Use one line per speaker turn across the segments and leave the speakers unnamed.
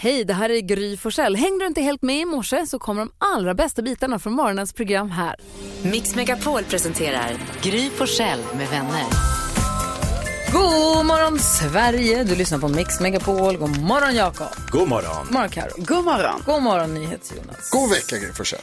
Hej, det här är Gry Forssell. Hängde du inte helt med i morse så kommer de allra bästa bitarna från morgonens program här.
Mix Megapol presenterar Gry Forssell med vänner.
God morgon Sverige! Du lyssnar på Mix Megapol. God morgon Jakob.
God morgon.
God morgon Karo. God morgon. God morgon NyhetsJonas.
God vecka Gry Forssell.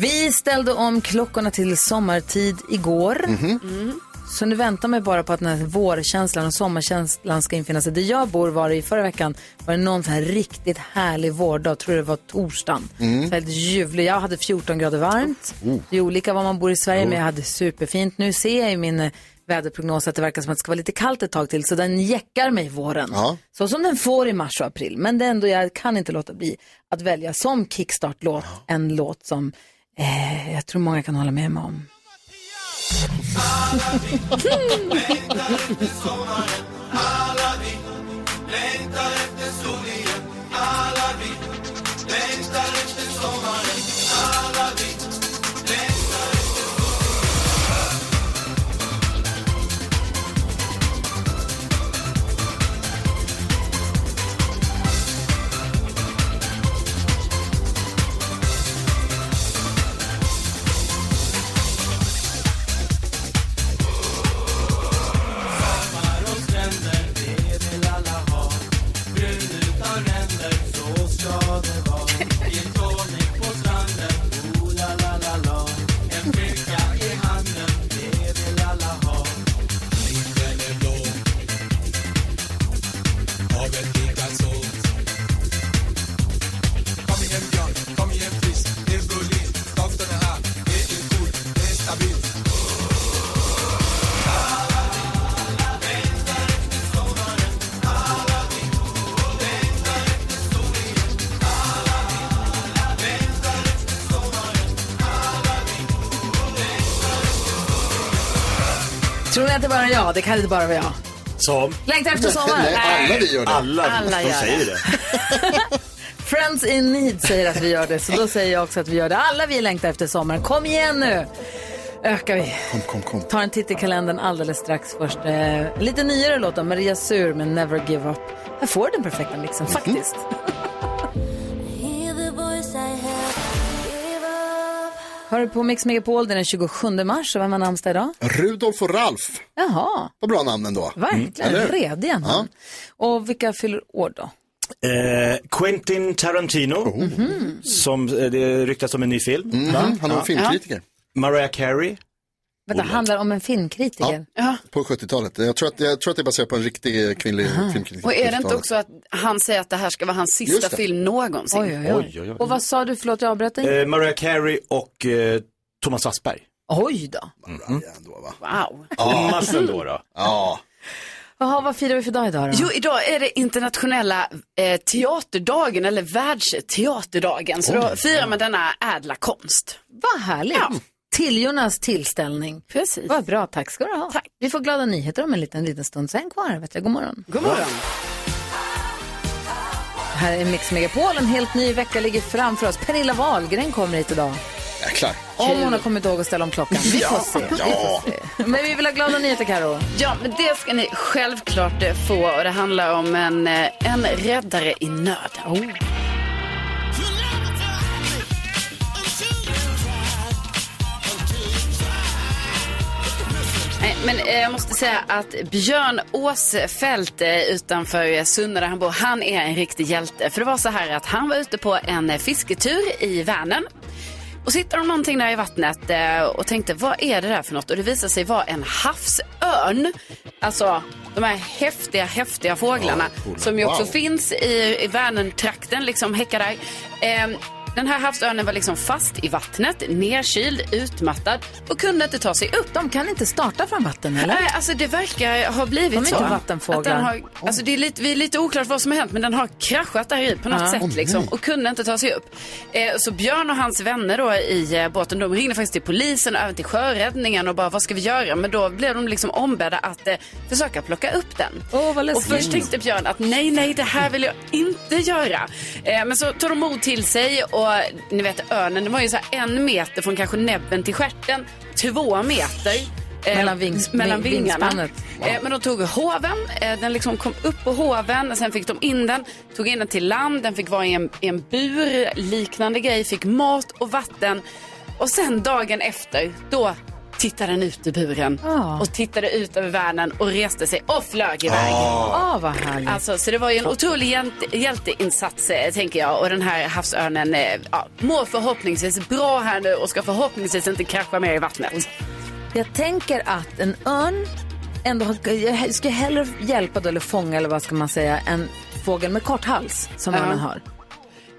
Vi ställde om klockorna till sommartid igår. Mm. Så nu väntar man bara på att den här vårkänslan och sommarkänslan ska infinna sig. Där jag bor var det i förra veckan var det någon så här riktigt härlig vårdag. Tror det var torsdagen.
Mm.
Väldigt ljuvlig. Jag hade 14 grader varmt.
Oh.
Det är olika var man bor i Sverige
Jo.
men jag hade superfint. Nu ser jag i min eh, väderprognos att det verkar som att det ska vara lite kallt ett tag till så den jäckar mig våren.
Ja.
Så som den får i mars och april. Men det är ändå, jag kan inte låta bli att välja som kickstart-låt en låt som eh, jag tror många kan hålla med mig om. Tror ni att det bara är jag? Det kan inte bara vara jag.
Som?
Längtar efter sommar?
alla vi gör det. Alla,
Alla
de
gör
säger det.
Friends in need säger att vi gör det, så då säger jag också att vi gör det. Alla vi längtar efter sommaren. Kom igen nu! Ökar vi.
Kom, kom, kom.
Tar en titt i kalendern alldeles strax. Först eh, lite nyare låt av Maria Sur med Never Give Up. Här får du den perfekta
Mhm.
mixen faktiskt. Hör du på Mix Megapol, det är den 27 mars och vem har namnsdag idag?
Rudolf och Ralf.
Jaha,
Vad bra namn ändå.
verkligen.
Mm. Eller hur?
Rediga namn. Och vilka fyller år då?
Eh, Quentin Tarantino,
Oh.
som eh, det ryktas om en ny film. va?
Mhm, Han var filmkritiker.
Mariah Carey.
Vad Det handlar om en filmkritiker.
På 70-talet. Jag tror, att, jag tror att det är baserat på en riktig eh, kvinnlig filmkritiker.
Och är det
på
inte
70-talet.
också att han säger att det här ska vara hans
Just
sista
det.
film någonsin?
Oj, oj, oj.
Oj, oj, oj.
Och vad sa du, förlåt jag avbröt dig.
Eh, Mariah Carey och eh, Thomas Wassberg.
Oj då.
Mm. Ja, ändå, va?
Wow.
Massen då då.
Ja.
Jaha, vad firar vi för dag idag då?
Jo, idag är det internationella eh, teaterdagen eller världsteaterdagen. Så då firar man denna ädla konst.
Vad härligt.
Ja.
Till-Jonas tillställning.
Precis.
Vad bra, tack ska du ha.
Tack.
Vi får glada nyheter om en liten, liten stund. Sen kvar, här, vet jag. God morgon.
God morgon.
Här är Mix Megapol, en helt ny vecka ligger framför oss. Pernilla Wahlgren kommer hit idag.
Jäklar.
Om hon har kommit ihåg att ställa om klockan. Vi får se. Vi
Ja.
får se. Men vi vill ha glada nyheter, Karo.
Ja, men det ska ni självklart eh, få. Och det handlar om en, eh, en räddare i nöden.
Oh.
Nej, Men eh, jag måste säga att Björn Åsefelt eh, utanför eh, Sunne där han bor, han är en riktig hjälte. För det var så här att han var ute på en eh, fisketur i Vänern. Och så hittade de någonting där i vattnet eh, och tänkte, vad är det där för något? Och det visade sig vara en havsörn. Alltså de här häftiga, häftiga fåglarna som ju också
Wow.
finns i, i Vänern-trakten, liksom häckar där. Eh, den här havsörnen var liksom fast i vattnet, nerkyld, utmattad och kunde inte ta sig upp.
De kan inte starta från vatten, eller?
Nej, alltså det verkar ha blivit
De är
så.
inte vattenfåglar.
Att den har, alltså det är lite, vi är lite oklart vad som har hänt, men den har kraschat där i på något
Ja.
sätt
Mm.
liksom, och kunde inte ta sig upp. Eh, så Björn och hans vänner då i eh, båten, de ringde faktiskt till polisen och även till sjöräddningen och bara vad ska vi göra? Men då blev de liksom ombedda att eh, försöka plocka upp den.
Åh, vad läskigt. Mm.
och först tänkte Björn att nej, nej, det här vill jag inte göra. Eh, men så tog de mod till sig och ni vet örnen, den var ju så här en meter från kanske näbben till stjärten, två meter.
Mellan vings-
mellan
ving-
vingarna.
vingspannet.
Eh, men de tog hoven, eh, den liksom kom upp på hoven, och sen fick de in den, tog in den till land, den fick vara i en, i en bur, liknande grej, fick mat och vatten. Och sen dagen efter, då tittade den ut ur buren
Ah.
och tittade ut över världen och reste sig och flög iväg.
Ah, vad härligt.
Alltså, så det var ju en otrolig hjälte- hjälteinsats, eh, tänker jag. Och den här havsörnen eh, ja, mår förhoppningsvis bra här nu och ska förhoppningsvis inte krascha mer i vattnet.
Jag tänker att en örn ändå har, jag skulle hellre hjälpa då, eller fånga eller vad ska man säga, en fågel med kort hals som
Ja.
örnen har.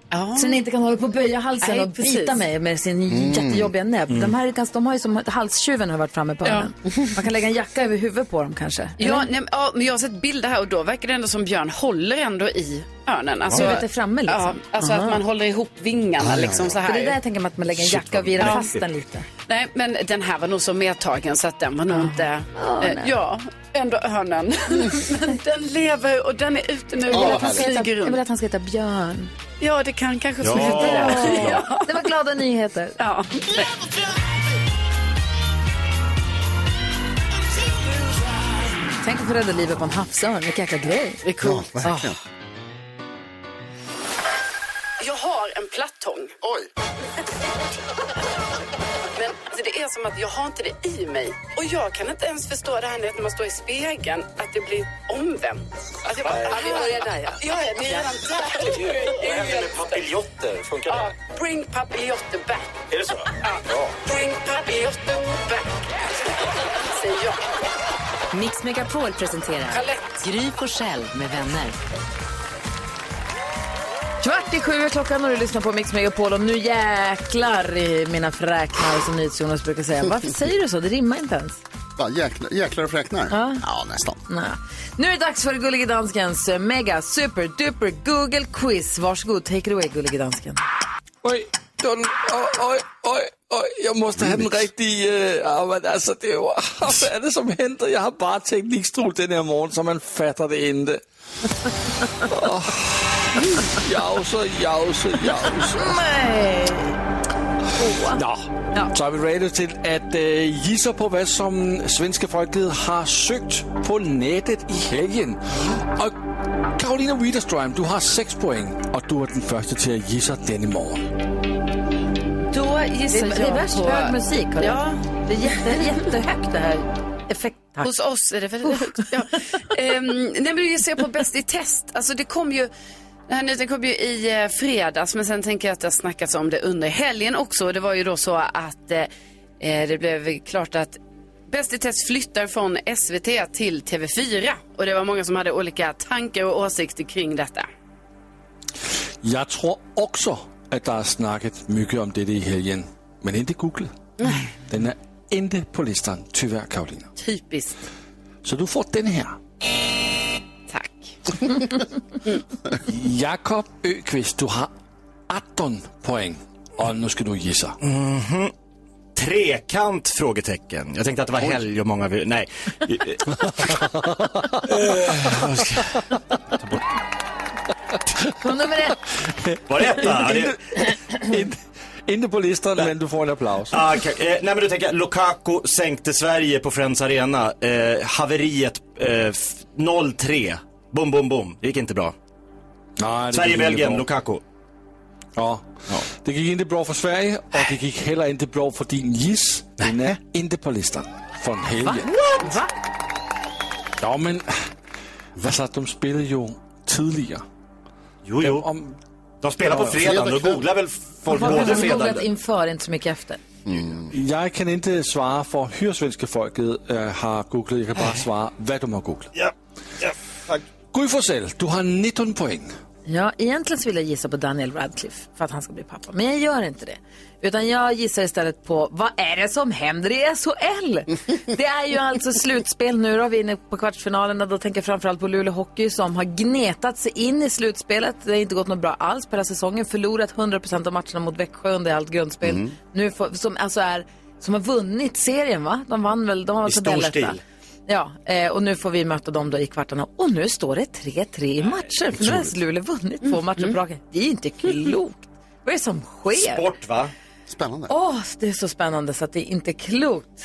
Ja.
Så den inte kan hålla på och böja halsen
Nej,
och bita
precis.
mig med sin jättejobbiga näbb. De här är ganska, de har ju som, halstjuven har varit framme på örnen. Man kan lägga en jacka över huvudet på dem kanske.
Ja, nej, men- ja, men jag har sett bilder här och då verkar det ändå som Björn håller ändå i örnen. Alltså,
Huvudet är framme, liksom.
Ja, alltså att man håller ihop vingarna liksom så
För
här.
det är där jag tänker mig att man lägger en jacka och virar fast den lite.
Nej, men den här var nog så medtagen så att den var nog inte... eh, ja, ändå örnen. men den lever och den är ute nu
vad
och den
härligt.
Jag
flyger
vill
runt.
att han ska heta Björn.
Ja, det kan kanske få
Ja.
heta det.
Det var glada nyheter.
Ja.
Tänk att få rädda livet på en havsörn. Vilken jäkla grej.
Det är coolt.
verkligen.
Jag har en plattång,
Oj.
men alltså, det är som att jag har inte det i mig. Och jag kan inte ens förstå det här när man står i spegeln, att det blir omvänt. Alltså, jag bara, ja, vi börjar där ja. Ja, ja, ni är redan där. Det är ju- det är ju vänster.
papiljotter? Funkar
Ja, Bring papiljotter back.
Är det så?
Ja. Bring papiljotter back. Säger jag.
Mix Megapol presenterar
Palett.
Gry Forssell med vänner.
Kvart i sju är klockan och du lyssnar på Mix Megapol och nu jäklar i mina fräknar som NyhetsJonas brukar säga. Varför säger du så? Det rimmar inte ens.
Va, jäklar, jäklar och fräknar?
Ja.
ja, nästan.
Nej. Nu är det dags för Gullige Danskens eh, mega super duper Google quiz. Varsågod, take it away Gullige Dansken.
Oj, den, oj, oj, oj, oj, jeg måste have den rigtige... Øh, ja, men altså, det er jo... Hvad er det, som henter? Jeg har bare teknikstrul den her morgen, så man fatter det ikke. Åh, Jause, jause, jause.
Nej.
Nå, så er vi ready til at øh, gisse på, hvad som svenske folket har søgt på nettet i helgen. Og Karolina Widerstrøm, du har 6 point, og du er den første til at gisse denne morgen.
Då
Det,
gissar
är- det är värst hög musik. hörru.
Ja.
Det är jätte, jättehögt det här. Effekt. Tack.
Hos oss är det väldigt högt. Ja. Ehm, nej, men du ser på Bäst i test. Alltså det kom ju, den här nyheten kom ju i eh, fredags, men sen tänker jag att det har snackats om det under helgen också. Det var ju då så att eh, eh, det blev klart att Bäst i test flyttar från SVT till TV4. Och det var många som hade olika tankar och åsikter kring detta.
Jeg tror også, at der er snakket mygge om dette i helgen, men ikke googlet. Den er ikke på listen, tyvärr, Karolina.
Typiskt.
Så du får den her.
Tack.
Jakob Øqvist, du har 18 point, og nu skal du gisse.
Mhm. Trekant? Frågetecken. Jag tänkte att det var helg och många... vill- Nej. Eh,
Och nummer ett.
Var det ett? va? Det-
Ikke- Ikke på listen, men du får en applaus.
Ah, okej. eh, nej men då tänker jag, Lukaku sänkte Sverige på Friends Arena. Eh, haveriet eh, f- 0-3. Bom, bom, bom. Det gick inte bra.
Nej, det gik ikke
Sverige-Belgien,
bra.
Lukaku.
Ja. Det gik ikke bra for Sverige, og det gik heller ikke bra for din gis. Den er ikke på listen for en helgen.
Va?
Ja, men altså, de spillede jo tidligere.
Jo, jo.
Om
De spelar på fredag. Då
kväll.
googlar väl folk
Vad har
både
du
fredag...
googlat inför, inte så mycket efter?
Jeg kan ikke svare for hyresvenske folket øh, har googlet. Jeg kan bare svare, hvad du har googlet.
Ja, ja, tack.
Gry Forssell, du har 19 point.
Ja, egentligen så vill jag gissa på Daniel Radcliffe för att han ska bli pappa. Men jag gör inte det. Utan jag gissar istället på vad är det som händer i SHL? Det är ju alltså slutspel nu då. Vi är inne på kvartsfinalerna. Då tänker jag framförallt på Luleå Hockey som har gnetat sig in i slutspelet. Det har inte gått något bra alls på den här säsongen. Förlorat 100% av matcherna mot Växjö under allt grundspel.
Mm.
Nu får, som alltså är, som har vunnit serien va? De vann väl, de var
I stor
tabelletta.
stil.
Ja, eh, och nu får vi möta dem då i kvartarna. Och nu står det 3-3 i matcher. För nu har Luleå vunnit två
Mm.
matcher på raken. Det är ju inte klokt. Vad är det som sker?
Sport, va?
Spännande.
Åh, det är så spännande så att det är inte klokt.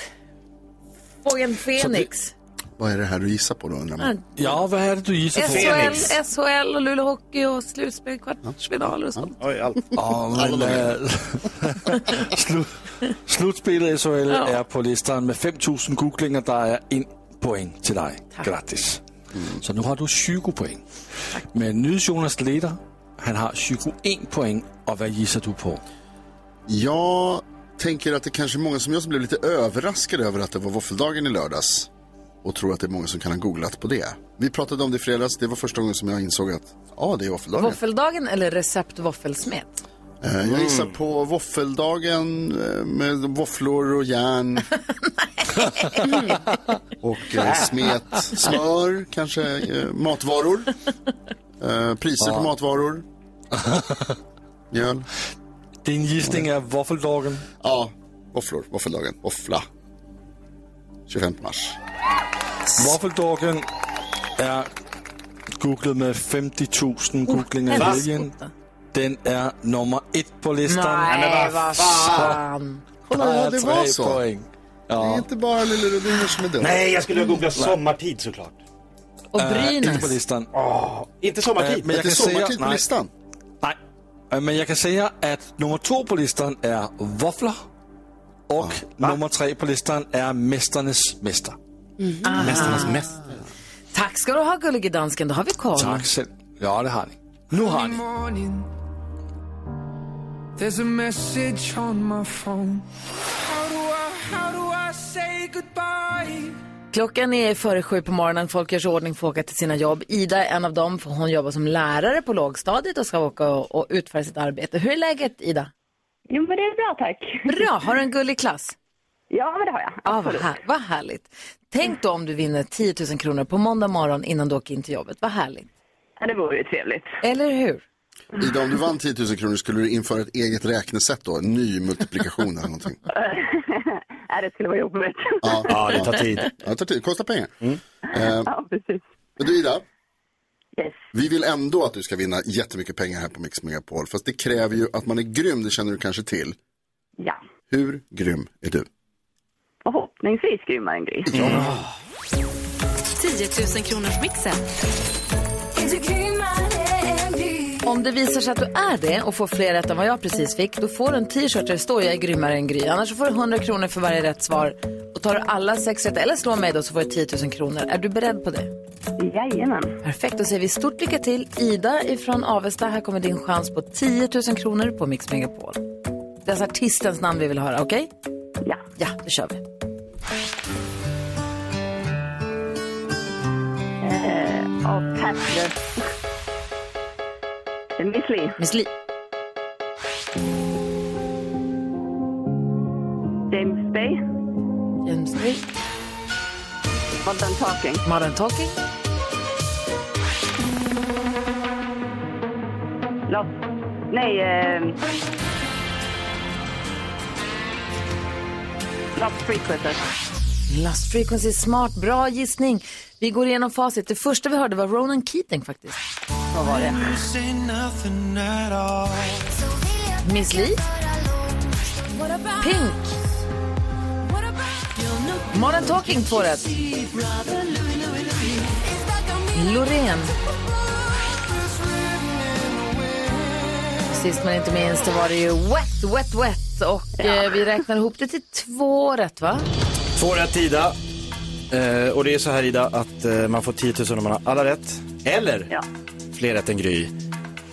Fågeln Fenix.
Vad är det här du gissar på då undrar man?
Ja, vad är det du gissar på?
Fenix.
SHL, SHL och Luleå Hockey och slutspel, kvartsfinaler och sånt.
Oj, allt.
Ja, men, äh, slu, slutspillet i SHL är på listan med 5000 googlinger. Der er en poäng till dig. Grattis. Så nu har du 20 poäng. Men Nydes Jonas leder. Han har 21 poäng. Och vad gissar du på?
Jag tänker att det kanske är många som jag som blev lite överraskade över att det var våffeldagen i lördags. Och tror att det är många som kan ha googlat på det. Vi pratade om det i fredags, det var första gången som jag insåg att ja, det är våffeldagen.
Våffeldagen eller recept våffelsmet?
Eh,
Mm.
Jag gissar på våffeldagen eh, med våfflor och järn. och eh, smet, smör, kanske eh, matvaror. Eh, priser på matvaror. Mjöl.
Din gissning är våffeldagen.
Ja, våfflor, våffeldagen, våffla. 25 mars.
Våffeldagen är googlet med 50 000 googlinger i helgen. Den är nummer ett på listan.
Nej, vad
Ah.
fan. Ah.
Kolla, ja, det
Tre
var så.
Poäng.
Det är inte bara Lille Rudiner som är dum.
Nej, jag skulle ha googlat sommartid såklart.
Och
Äh, inte på
Brynäs.
listan.
Inte sommartid.
Äh, men
Det
jag
är
kan säga,
sommartid på
nej,
listan.
nej. Äh, men jag kan säga att nummer två på listan är våfflor och nummer tre på listan är Mästarnas mästare.
Ah.
Mm-hmm.
Mästarnas mästare.
Tack ska du ha, gullige dansken. Då har vi koll.
Tack själv. Ja, det har ni. Nu har ni.
Klockan är före sju på morgonen. Folk gör sig i ordning för att åka till sina jobb. Ida är en av dem, för hon jobbar som lärare på lågstadiet och ska åka och, och utföra sitt arbete. Hur är läget, Ida?
Jo, men det är bra tack.
Bra, har du en gullig klass?
Ja, men det har jag.
Ja, vad, här, vad härligt. Tänk då om du vinner 10 000 kronor på måndag morgon innan du åker in till jobbet. Vad härligt.
Ja, det vore ju trevligt.
Eller hur?
Ida, om du vann 10 000 kronor skulle du införa ett eget räknesätt då? En ny multiplikation eller någonting?
Nej,
Äh,
det skulle vara jobbigt.
Ja,
Ja, det tar tid.
Ja, det tar tid. Kostar pengar. Eh,
Ja, precis.
men du Ida,
Yes.
vi vill ändå att du ska vinna jättemycket pengar här på Mix Megapol. Fast det kräver ju att man är grym, det känner du kanske till.
Ja.
Hur grym är du?
Förhoppningsvis grymmare än Gry.
10
Mm.
000 kronors mixen.
Om det visar sig att du är det och får fler rätt än vad jag precis fick, då får du en t-shirt där det står jag är grymmare än Gry. Annars så får du 100 kronor för varje rätt svar. Och tar du alla sex rätt, eller slår mig då, så får du 10 000 kronor. Är du beredd på det?
Jajamän.
Perfekt, då säger vi stort lycka till. Ida ifrån Avesta, här kommer din chans på 10 000 kronor på Mix Megapol. Det är alltså artistens namn vi vill höra, okej?
Ja.
Ja, då kör vi.
Eh, Och pass. Eh, Miss Li.
Miss Li,
James Bay.
James Lee,
Modern Talking.
Modern Talking.
Lost. Nej.
ehm.
Eh... Lost Frequences.
Last Frequency, smart, bra gissning. Vi går igenom facit. Det första vi hörde var Ronan Keating faktiskt.
Vad var det?
Miss Li, Pink, Modern Talking två rätt. Loreen. Sist men inte minst det var det ju Wet, Wet, Wet och eh, vi räknar ihop det till två rätt va?
Två rätt Ida. Eh, och det är så här Ida att eh, man får 10 000 om man har alla rätt. Eller
Ja.
fler rätt än Gry.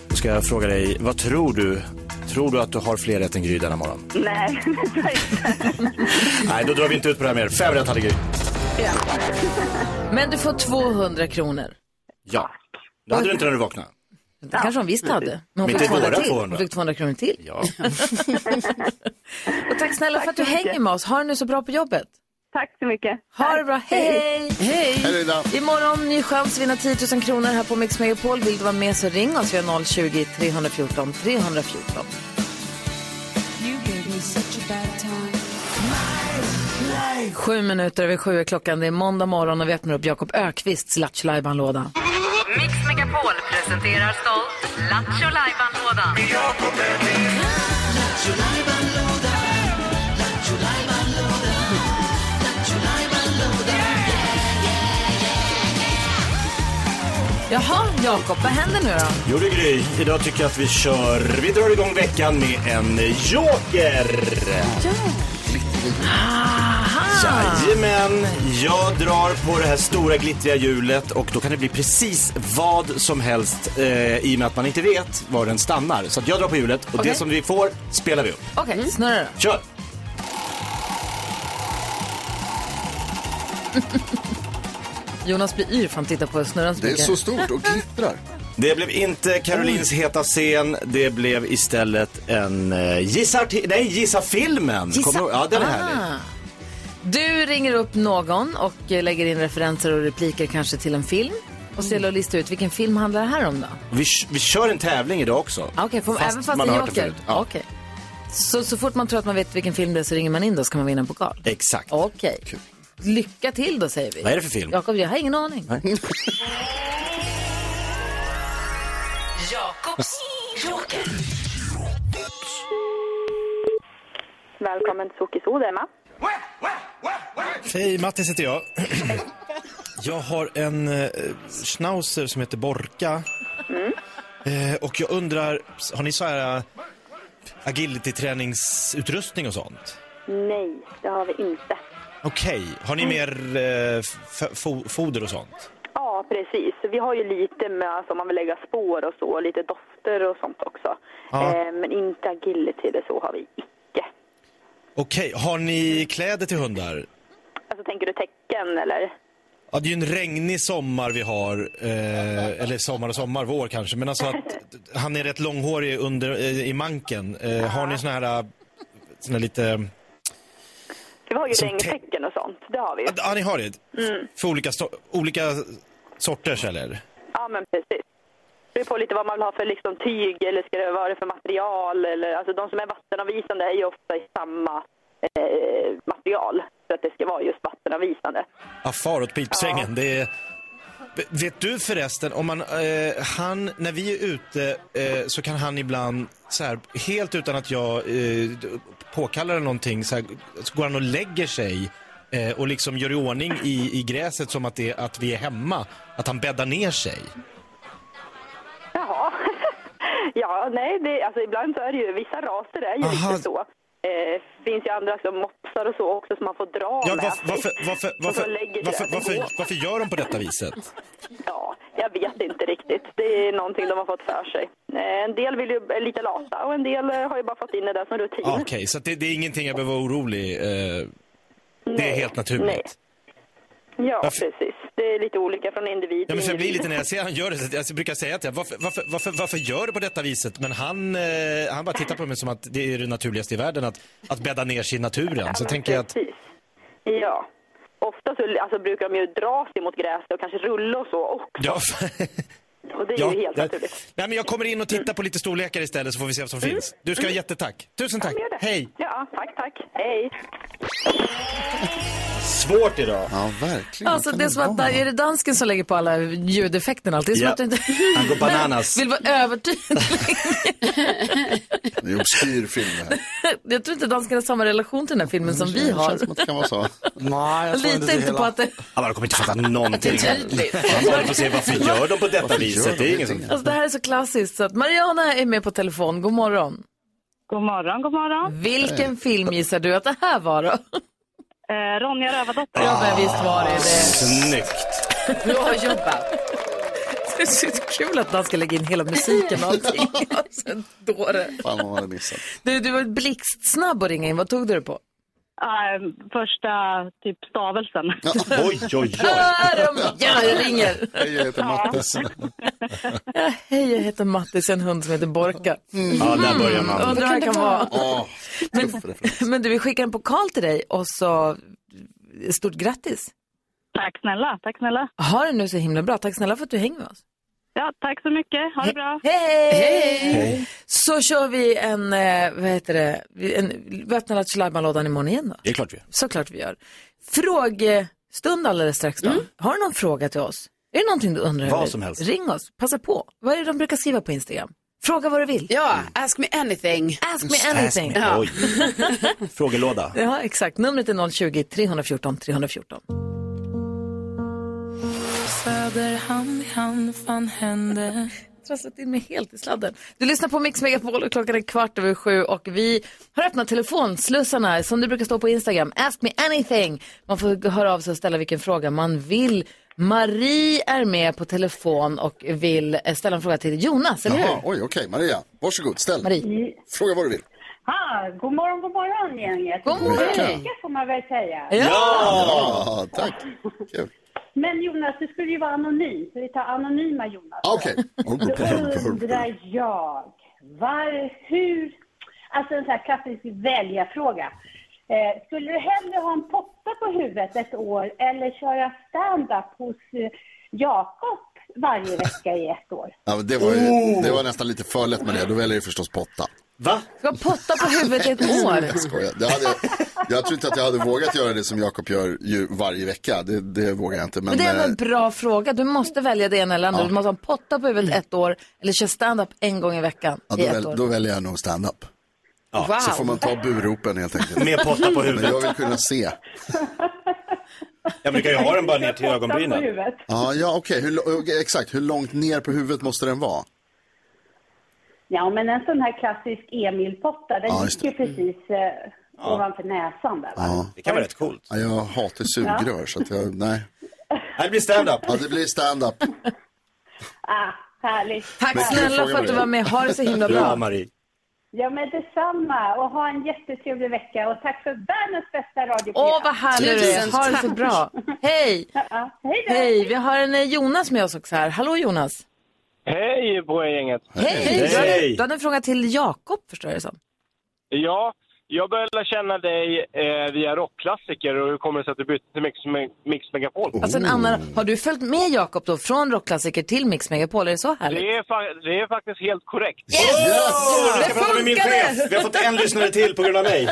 Då ska jag fråga dig, vad tror du? Tror du att du har fler rätt än Gry denna morgon?
Nej, det tror jag inte.
Nej, då drar vi inte ut på det här mer. Fem rätt hade Gry.
Ja.
Men du får 200 kronor.
Ja. Det hade du inte när du vaknade.
Det kanske hon visst hade. Men hon
Men
fick
inte
200
våra
till. Hon
200.
fick 200 kronor till.
Ja.
Och tack snälla för att du
så mycket.
hänger med oss. Ha det nu så bra på jobbet.
Tack så mycket.
Ha det bra. Hej!
Hej då,
Hej!
Ida!
Imorgon ny chans att vinna 10 000 kronor här på Mix Megapol. Vill du vara med så ring oss. Vi har 020 314 314. Sju minuter över sju är klockan. Det är måndag morgon och vi öppnar upp Jakob Ökvists Lattjo låda
Mix Megapol presenterar stolt Lattjo Lajban-lådan.
Jaha, Jakob, vad händer nu då?
Jo du Gry, idag tycker jag att vi kör. Vi drar igång veckan med en joker. Jajamän, jag drar på det här stora glittriga hjulet och då kan det bli precis vad som helst eh, i och med att man inte vet var den stannar. Så att jag drar på hjulet och
Okej.
det som vi får spelar vi upp.
Okej,
Mm.
snurra då.
Kör!
Jonas blir yr för han tittar på snurran
Det är
mycket.
så stort och glittrar.
Det blev inte Carolins heta scen, det blev istället en eh, gissa, arti- nej, gissa filmen.
Gissa-
Kommer du ihåg? Ja, den är härlig.
Ah. Du ringer upp någon och eh, lägger in referenser och repliker kanske till en film. Och
Mm.
så gäller det att lista ut vilken film handlar det här om då?
Vi, vi kör en tävling idag också.
Ah, Okej, okay, även fast
man
det är
har hört den
joker?
förut. Ja.
Okej. Så, så fort man tror att man vet vilken film det är så ringer man in då så kan man vinna en pokal?
Exakt.
Okej. Lycka till då säger vi.
Vad är det för film?
Jakob, jag har ingen aning.
Välkommen till Sokisoda, Emma.
Hej, Mattis heter jag. Jag har en eh, schnauzer som heter Borka. Eh, och jag undrar, har ni så här eh, agility-träningsutrustning och sånt?
Nej, det har vi inte.
Okej, har ni mer eh, f- fo- foder och sånt?
Ja, precis. Vi har ju lite med, alltså, om man vill lägga spår och så, och lite dofter och sånt också.
Ja.
Eh, men inte agility, det så har vi icke.
Okej, har ni kläder till hundar?
Alltså, tänker du tecken eller?
Ja, det är ju en regnig sommar vi har, eh, eller sommar och sommar, vår kanske, men alltså att han är rätt långhårig under, eh, i manken. Eh, har ni såna här, eh, såna lite,
Vi har ju
Som
regntecken och sånt, det har vi ju.
ja ah, ni har det?
Mm.
För olika, sto- olika sorters eller?
Ja, men precis. Det beror på lite vad man vill ha för liksom, tyg eller ska det vara för material. Eller, alltså, de som är vattenavvisande är ju ofta i samma eh, material för att det ska vara just vattenavvisande.
Ja, far åt pipsvängen. Det är... V- Vet du förresten, om man, eh, han, när vi är ute eh, så kan han ibland, så här, helt utan att jag eh, d- påkallar eller någonting, så, här, så går han och lägger sig eh, och liksom gör i ordning i, i gräset som att, det, att vi är hemma. Att han bäddar ner sig.
Jaha. ja, nej, det, alltså, ibland så är det ju, vissa raser är ju
Aha.
lite så. Eh, finns ju andra som mopsar och så också som man får dra
Ja,
med
varför, varför, varför,
Och så
varför,
lägger
varför,
gräset
varför,
på.
varför gör de på detta viset?
Ja, jag vet inte riktigt. Det är någonting de har fått för sig. Eh, en del vill ju är lite lata och en del eh, har ju bara fått in det där som rutin.
Ja, Ah, Okej, så att det, det är ingenting jag behöver vara orolig eh, Det är helt naturligt.
nej. Ja,
Varför-
precis. Det är lite olika från individ
Ja, men för
till
jag blir
individ.
lite när jag ser han gör det, så att jag så brukar jag säga att jag, varför, varför, varför, varför gör du på detta viset? Men han, eh, han bara tittar på mig som att det är det naturligaste i världen att, att bädda ner sig i naturen. Så
men
tänker jag att,
precis. Ja. Ofta så alltså, brukar de ju dra sig mot gräset och kanske rulla och så också.
ja,
Och det är
ja,
ju helt
ja.
naturligt. Mm.
Nej, men jag kommer in och tittar på lite storlekar istället så får vi se vad som finns. Du ska ha jättetack. Tusen tack.
Gör det.
Hej.
Ja, tack, tack. Hej.
Svårt idag.
Ja, verkligen.
Alltså
Kan
det är som att,
vara?
är det dansken som lägger på alla ljudeffekterna alltid? Det är som
Ja.
att du inte
Han går bananas.
vill vara övertydlig.
Det är obskyr film det här.
Jag tror inte dansken har samma relation till den här filmen som vi
Det
har.
känns som att det kan vara så.
Nej, jag tror
Lita
inte
inte
det
på att
heller.
det...
Han bara, kommer inte fatta någonting.
Tydligt.
Han bara, får se varför gör de på detta
Varför gör
viset?
de
Det är ingen
ingenting?
som...
Alltså det här är så klassiskt så att Mariana är med på telefon. God morgon.
God morgon, god morgon.
Vilken film gissar du att det här var då?
Eh, Ronja Rövardotter.
Ja men visst var det det.
Snyggt.
Bra jobbat. Det är så kul att dansken lägger in hela musiken och allting. Alltså, en dåre.
Fan vad man hade missat.
Du, du var blixtsnabb att ringa in. Vad tog du det på?
ehm. första typ stavelsen.
Oj, oj, oj.
Där är de! Ja, jag ringer.
Hej, jag heter Mattis.
Ja, Hej, jag heter Mattis, en hund som heter Borka.
Mm. Ja, där börjar man.
Undrar vad det kan vara.
Åh, tuff referens.
Men du, vi skickar en pokal till dig och så stort grattis.
Tack snälla, tack snälla.
Ha det nu så himla bra. Tack snälla för att du hänger med oss.
Ja, tack så mycket. Ha det bra.
Hej! Så kör vi en, eh, vad heter det, vi- en, vi öppnar Lattjo imorgon igen då.
Det är klart vi gör.
Såklart vi gör. Frågestund alldeles strax då.
Mm.
Har du någon fråga till oss? Är det någonting du undrar
Vad
över?
som helst.
Ring oss, passa på. Vad är det de brukar skriva på Instagram? Fråga vad du vill.
Ja, ask me anything.
Ask me anything.
Oj. Frågelåda.
Ja, exakt. Numret är 020-314 314.
föder hand i hand, fan hände
trasslat in mig helt i sladden. Du lyssnar på Mix Megapol och klockan är kvart över sju och vi har öppnat telefonslussarna som det brukar stå på Instagram. Ask me anything. Man får höra av sig och ställa vilken fråga man vill. Marie är med på telefon och vill eh, ställa en fråga till Jonas, eller
Jaha,
hur?
oj, okej. Maria, varsågod. Ställ.
Marie.
Fråga vad du vill.
Ha, god morgon, god morgon gänget.
God morgon.
vecka får man väl säga.
Ja, tack. Kul.
Men Jonas, du skulle ju vara anonym, så vi tar anonyma Jonas.
Ah, Okej.
Då undrar jag, var, hur... Alltså en sån här klassisk välja-fråga. Eh, skulle du hellre ha en potta på huvudet ett år eller köra stand-up hos eh, Jakob varje vecka i ett år?
Ja, men det, var ju,
Oh.
det var nästan lite för lätt med det. Då väljer jag förstås potta.
Va?
Ska potta på huvudet i ett år?
Jag skojar. Det hade, jag tror inte att jag hade vågat göra det som Jakob gör ju varje vecka. Det, det vågar jag inte. Men,
Men det är ändå
eh,
en bra fråga. Du måste välja det ena eller andra. Du måste ha en potta på huvudet ett år eller köra stand-up en gång i veckan
Mm.
i
eh, ja, då,
ett
väl,
år.
då väljer jag nog stand-up.
wow.
Så får man ta buropen helt enkelt.
Med potta på
Men jag
huvudet.
vill kunna se.
Jag brukar ju ha den bara ner till
Potta på
ögonbrynen.
huvudet.
Ja, ja okej. Hur lo- eh, okej, Exakt. Hur långt ner på huvudet måste den vara?
Ja, men en sån här klassisk Emil-potta, den
Ja, just
gick ju precis eh, ovanför näsan där va?
Ja.
Det kan vara rätt coolt.
Ja, jag hatar sugrör så att jag, nej.
Nej, Det blir stand-up.
Ja, det blir stand-up.
Ah, härligt.
Men
Tack
kul
snälla
fråga,
för att du
Maria.
var med. Ha det så himla
Bra,
bra.
Marie.
Ja, men detsamma. Och ha en jättetrevlig vecka. Och tack för världens bästa radioprogram.
Åh, vad härlig du är.
Tusen
Ha det så
tack.
bra. Hej!
Ja, hej då!
Hej, vi har en eh, Jonas med oss också här. Hallå Jonas!
Hej på er gänget!
Hej! Du, hade, du hade en fråga till Jakob förstår jag det som.
Ja, jag började lära känna dig eh, via rockklassiker och hur kommer det sig att du bytte till Mix, Mix Megapol?
Alltså en annan, har du följt med Jakob då från rockklassiker till Mix Megapol? Är det så härligt?
Det är, fa- det är faktiskt helt korrekt.
Oh, jag
Det
ska prata med min
funkade!
chef. Vi har fått en lyssnare till på grund av mig.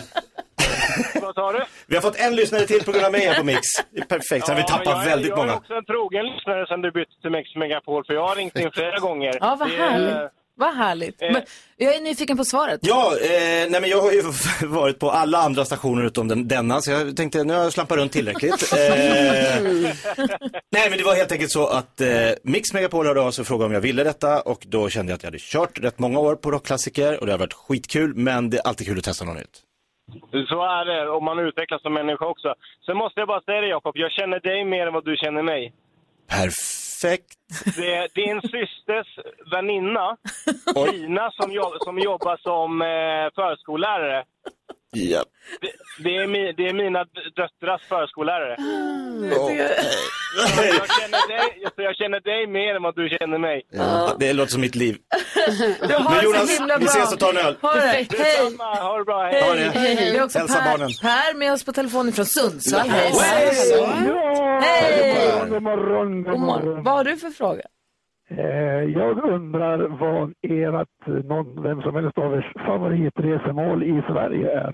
Vad sa du?
Vi har fått en lyssnare till på grund av mig här på Mix. Det är perfekt. Så vi tappar
jag, är-
väldigt
Jag är
många.
också en trogen lyssnare sen du bytte till Mix Megapol för jag har ringt in flera gånger.
Ja, vad
Det- Eh.
härligt. Vad härligt. Men jag är nyfiken på svaret.
Ja, eh, nej men jag har ju varit på alla andra stationer utom den, denna, så jag tänkte nu har jag slampat runt tillräckligt. Eh, nej, men det var helt enkelt så att eh, Mix Megapol hörde av sig och frågade om jag ville detta och då kände jag att jag hade kört rätt många år på rockklassiker och det har varit skitkul, men det är alltid kul att testa något nytt.
Så är det, och man utvecklas som människa också. Sen måste jag bara säga det Jakob, jag känner dig mer än vad du känner mig.
Perfekt.
Det, din systers väninna, Tina, som, jobb, som jobbar som eh, förskollärare.
Ja.
Det, det, är mi, det är mina döttrars förskollärare. Så jag, känner dig, så jag känner dig mer än vad du känner mig.
Ja, Det låter som mitt liv.
Du har Jonas,
Men Jonas,
så himla
vi
bra.
ses och tar en öl.
Ha det. Hej!
Detsamma, ha det bra, hej!
Ha det.
Vi har också
Hälsa barnen.
per, per med oss på telefonen från Sundsvall. Hej!
Hej,
Hej!
Per.
God morgon,
God morgon. Vad har du för fråga?
Eh, Jag undrar vad ert, någon, vem som helst av er, favoritresemål i Sverige är?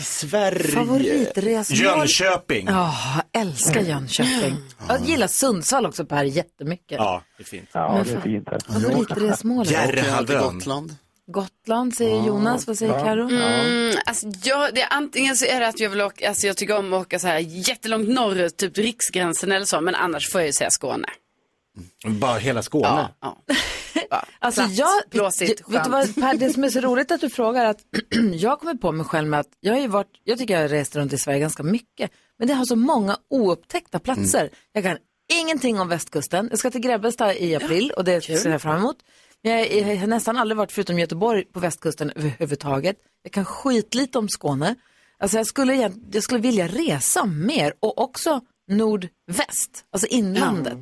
Sverige.
Favoritresmål?
Jönköping.
Ja, jag älskar Jönköping. Jag gillar Sundsvall också Per jättemycket.
Ja, det är fint.
Ja, det är fint här.
Favoritresmålet?
Järre.
Åker jag till
Halvön.
Gotland?
Gotland säger Jonas, vad säger Karo?
Mm, alltså, jag, det är antingen så är det att jag, vill åka, alltså, jag tycker om att åka så här jättelångt norrut, typ till riksgränsen eller så, men annars får jag ju säga Skåne.
Bara hela Skåne.
Ja.
Alltså
Platt,
jag,
blåsigt,
jag- vet du vad, per, det som är så roligt att du frågar är att jag kommer på mig själv med att jag har ju varit, jag tycker jag har rest runt i Sverige ganska mycket, men det har så många oupptäckta platser. Jag kan ingenting om västkusten, jag ska till Grebbestad i april och det ser jag fram emot. Men jag, jag har nästan aldrig varit förutom Göteborg på västkusten överhuvudtaget. Jag kan skitlite om Skåne. Alltså jag skulle, egent- jag skulle vilja resa mer och också nordväst, alltså inlandet.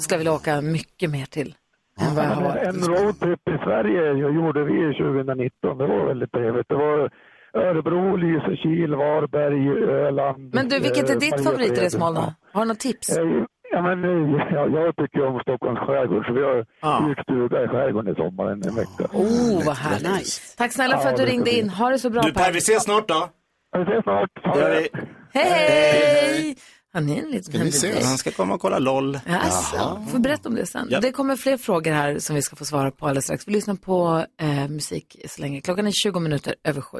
Ska jag vilja åka mycket mer till än vad jag har varit.
En roadtrip i Sverige jag gjorde vi 2019. Det var väldigt trevligt. Det var Örebro, Lysekil, Varberg, Öland.
Men du, vilket är
eh,
ditt
Mariefred.
favoritresmål då? Har du något tips?
Ja, eh, Ja, men, eh, ja, jag tycker om Stockholms skärgård så vi har hyrt stuga i skärgården i sommar en en vecka.
Oh, vad härligt. Tack snälla för att du
Ja, det är
ringde
så
in. Ha det så bra
Du Per, vi ses snart då.
Vi ses snart. Ha
Det gör
det.
vi.
Hej, hej! Han är en liten
ni ses?
Han ska komma och kolla LOL.
Alltså, får berätta om det sen.
Ja.
Det kommer fler frågor här som vi ska få svara på alldeles strax. Vi lyssnar på eh, musik så länge. Klockan är 20 minuter över sju.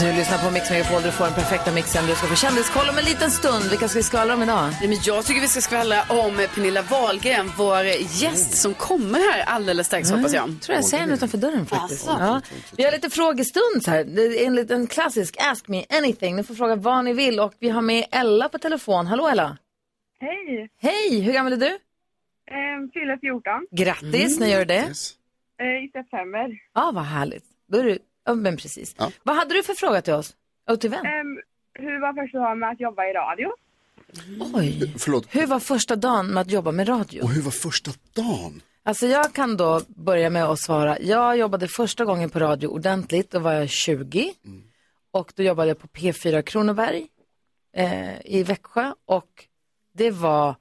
Du lyssnar på Mix Megapol, du får den perfekta mixen. Du ska få kändiskoll om en liten stund. Vilka ska vi skvallra om idag?
Nej, men jag tycker vi ska skvallra om Pernilla Wahlgren, vår gäst som kommer här alldeles strax hoppas jag.
Mm. tror jag ser henne utanför dörren faktiskt.
Jaså?
Ja. Vi har lite frågestund så här. Det är Enligt en klassisk Ask Me Anything. Ni får fråga vad ni vill och vi har med Ella på telefon. Hallå Ella!
Hej!
Hej, hur gammal är du?
Eh, fyller 14
Grattis, när gör du det?
eh, i september.
Ja, vad härligt. Då är du... Ja, men precis. Vad hade du för fråga till oss? Och till vem?
Ehm, hur var första dagen med att jobba i radio?
Oj.
Förlåt.
Hur var första dagen med att jobba med radio?
Och hur var första dagen?
Alltså jag kan då börja med att svara. Jag jobbade första gången på radio ordentligt, då var jag 20. Och då jobbade jag på P4 Kronoberg eh, i Växjö. Och det var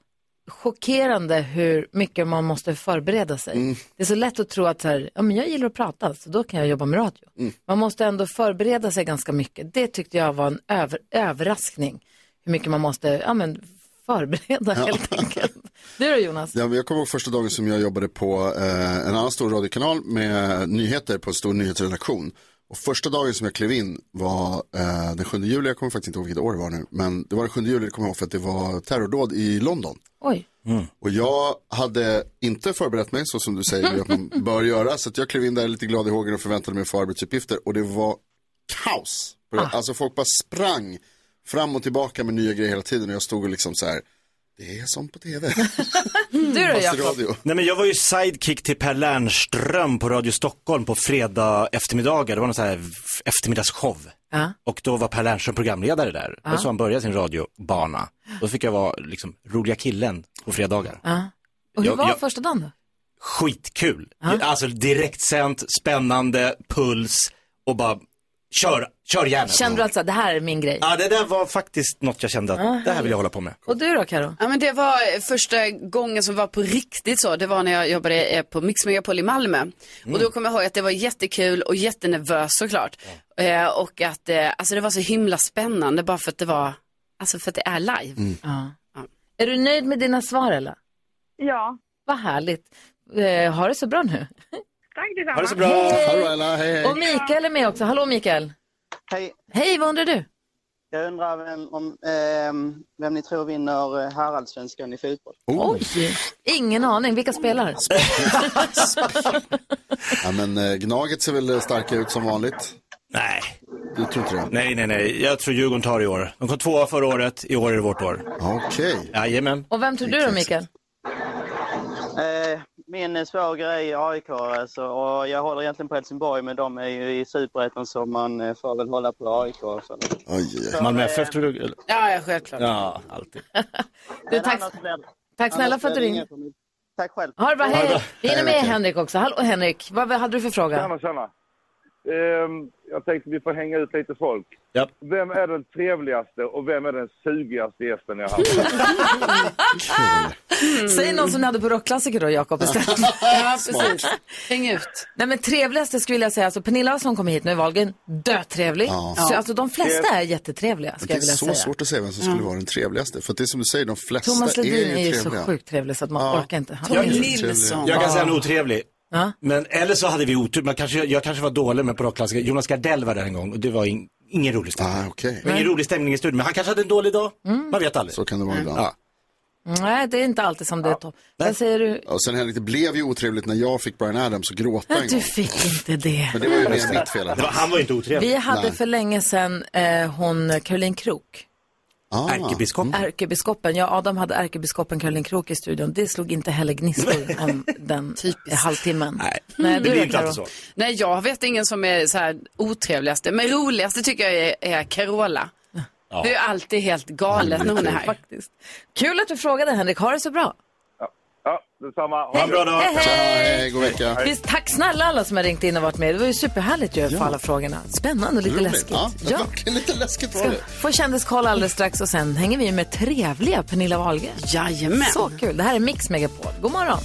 chockerande hur mycket man måste förbereda sig. Det är så lätt att tro att så här, ja, men jag gillar att prata, så då kan jag jobba med radio. Man måste ändå förbereda sig ganska mycket. Det tyckte jag var en över, överraskning. Hur mycket man måste ja, men förbereda helt enkelt. Du då Jonas?
Ja, men jag kommer ihåg första dagen som jag jobbade på eh, en annan stor radiokanal med nyheter på en stor nyhetsredaktion. Och första dagen som jag klev in var eh, den 7 juli, jag kommer faktiskt inte ihåg vilket år det var nu, men det var den 7 juli, det kommer jag ihåg för att det var terrordåd i London.
Oj.
Och jag hade inte förberett mig så som du säger att man bör göra. Så att jag klev in där lite glad i hågen och förväntade mig att få arbetsuppgifter. Och det var kaos.
Ah.
Alltså folk bara sprang fram och tillbaka med nya grejer hela tiden. Och jag stod och liksom så här, det är som på tv.
Du då
Fast i
Jakob?
radio.
Nej, men jag var ju sidekick till Per Lernström på Radio Stockholm på fredag eftermiddagar. Det var någon sån här f- eftermiddagsshow.
Ja.
Och då var Per Lernström programledare där. Det var
Ja.
så han började sin radiobana. Då fick jag vara liksom roliga killen på fredagar.
Ja. Och hur
Jag-
var
jag-
första dagen då?
Skitkul. Alltså direktsänt, spännande, puls och bara kör, kör gärna.
Kände du att så här, det här är min grej?
Ja, det där var faktiskt något jag kände att
Ja,
det här vill jag hålla på med.
Och du då Karo?
Ja, men det var första gången som var på riktigt så. Det var när jag jobbade eh, på Mix Megapol i Malmö. Och
Mm.
då kommer jag ihåg att det var jättekul och jättenervös såklart. Eh, och att eh, alltså det var så himla spännande bara för att det var, alltså för att det är live.
Ja. Är du nöjd med dina svar Ella?
Ja.
Vad härligt. Eh, ha det så bra nu.
Tack detsamma.
Ha det så bra. Hej. Hallå,
Ella,
Eh,
Och Mikael är med också. Hallå Mikael.
Hej.
Hej, vad undrar du?
Jag undrar vem, om, ehm, vem ni tror vinner eh, herrallsvenskan i fotboll?
Oh.
Oj. Ingen aning. Vilka spelar?
Ja, men eh, Gnaget ser väl starka ut som vanligt.
Nej.
Du tror inte det?
Nej, nej, nej. Jag tror Djurgården tar i år. De kom tvåa förra året, i år är det vårt år.
Okej.
Jajamän.
Och vem tror du då Mikael?
Eh, min eh, svåger är ju AIK alltså, och jag håller egentligen på Helsingborg men de är ju i superettan så man eh, får väl hålla på AIK. Så.
Malmö FF tror du? eller?
Ja, ja självklart.
Ja, alltid.
Du, tack, tack snälla för att du ringde.
Tack själv.
Ha det bra,
Ha det
hej.
bra.
Vi hinner
Hej,
med
Mikael.
Henrik också. Hallå Henrik, vad vad hade du för fråga?
Tjena, tjena. Ehm, jag tänkte vi får hänga ut lite folk. Vem är den trevligaste och vem är den sugigaste gästen jag har haft?
Säg någon som ni hade på rockklassiker då Jakob istället.
Ja, precis. Häng ut.
Nej men trevligaste skulle jag säga, alltså Pernilla som kommer hit nu i valgen, dötrevlig.
Ja.
Så, alltså de flesta är jättetrevliga
Men
ska
det är
jag vilja
så
säga.
svårt att säga vem som skulle
Ja.
vara den trevligaste. För att det är som du säger, de flesta
Thomas
är ju
Ledin är ju så
trevliga.
sjukt trevlig så att man
Ja.
orkar inte. Han
Jag,
är ju-
jag kan säga en
Ja.
otrevlig.
Ja.
Men, eller så hade vi otur. Man kanske, jag kanske var dålig med på rockklassiker. Jonas Gardell var där en gång och det var in, ingen rolig stämning.
Ah,
Det var ingen rolig stämning i studion, men han kanske hade en dålig dag.
Mm.
Man vet aldrig. Så
kan det vara ibland.
Ja.
Nej, det är inte alltid som det är topp. Vad säger du?
Och sen Henrik, det blev ju otrevligt när jag fick Brian Adams att gråta en
Du
gång.
fick inte det.
Men det var ju mer mitt fel.
Det var- han var ju inte otrevlig.
Vi hade för länge sedan eh, hon Caroline Krook.
Ah.
Ärkebiskopen.
Mm. Ärkebiskopen. Ja, Adam hade ärkebiskopen Caroline Krook i studion. Det slog inte heller gnistor om den halvtimmen. Nej, du då, Karo?
Mm. Nej, jag vet ingen som är så här otrevligaste. Men roligaste tycker jag är, är Carola.
Ja.
Det är ju alltid helt
Mm.
galet när hon är här.
Faktiskt. Kul att du frågade Henrik. Ha det så bra.
Ja, detsamma. Ha
Hej. Hej, hej.
Hej, hej, god vecka.
Visst, tack snälla alla som har ringt in och varit med. Det var ju superhärligt ju för alla frågorna. Spännande och lite
Roligt.
läskigt.
Ja,
Ja.
lite läskigt var
Ska
det.
få kändiskoll alldeles strax och sen hänger vi med trevliga Pernilla Wahlgren.
Jajamän.
Så kul. Det här är Mix Megapol. God morgon.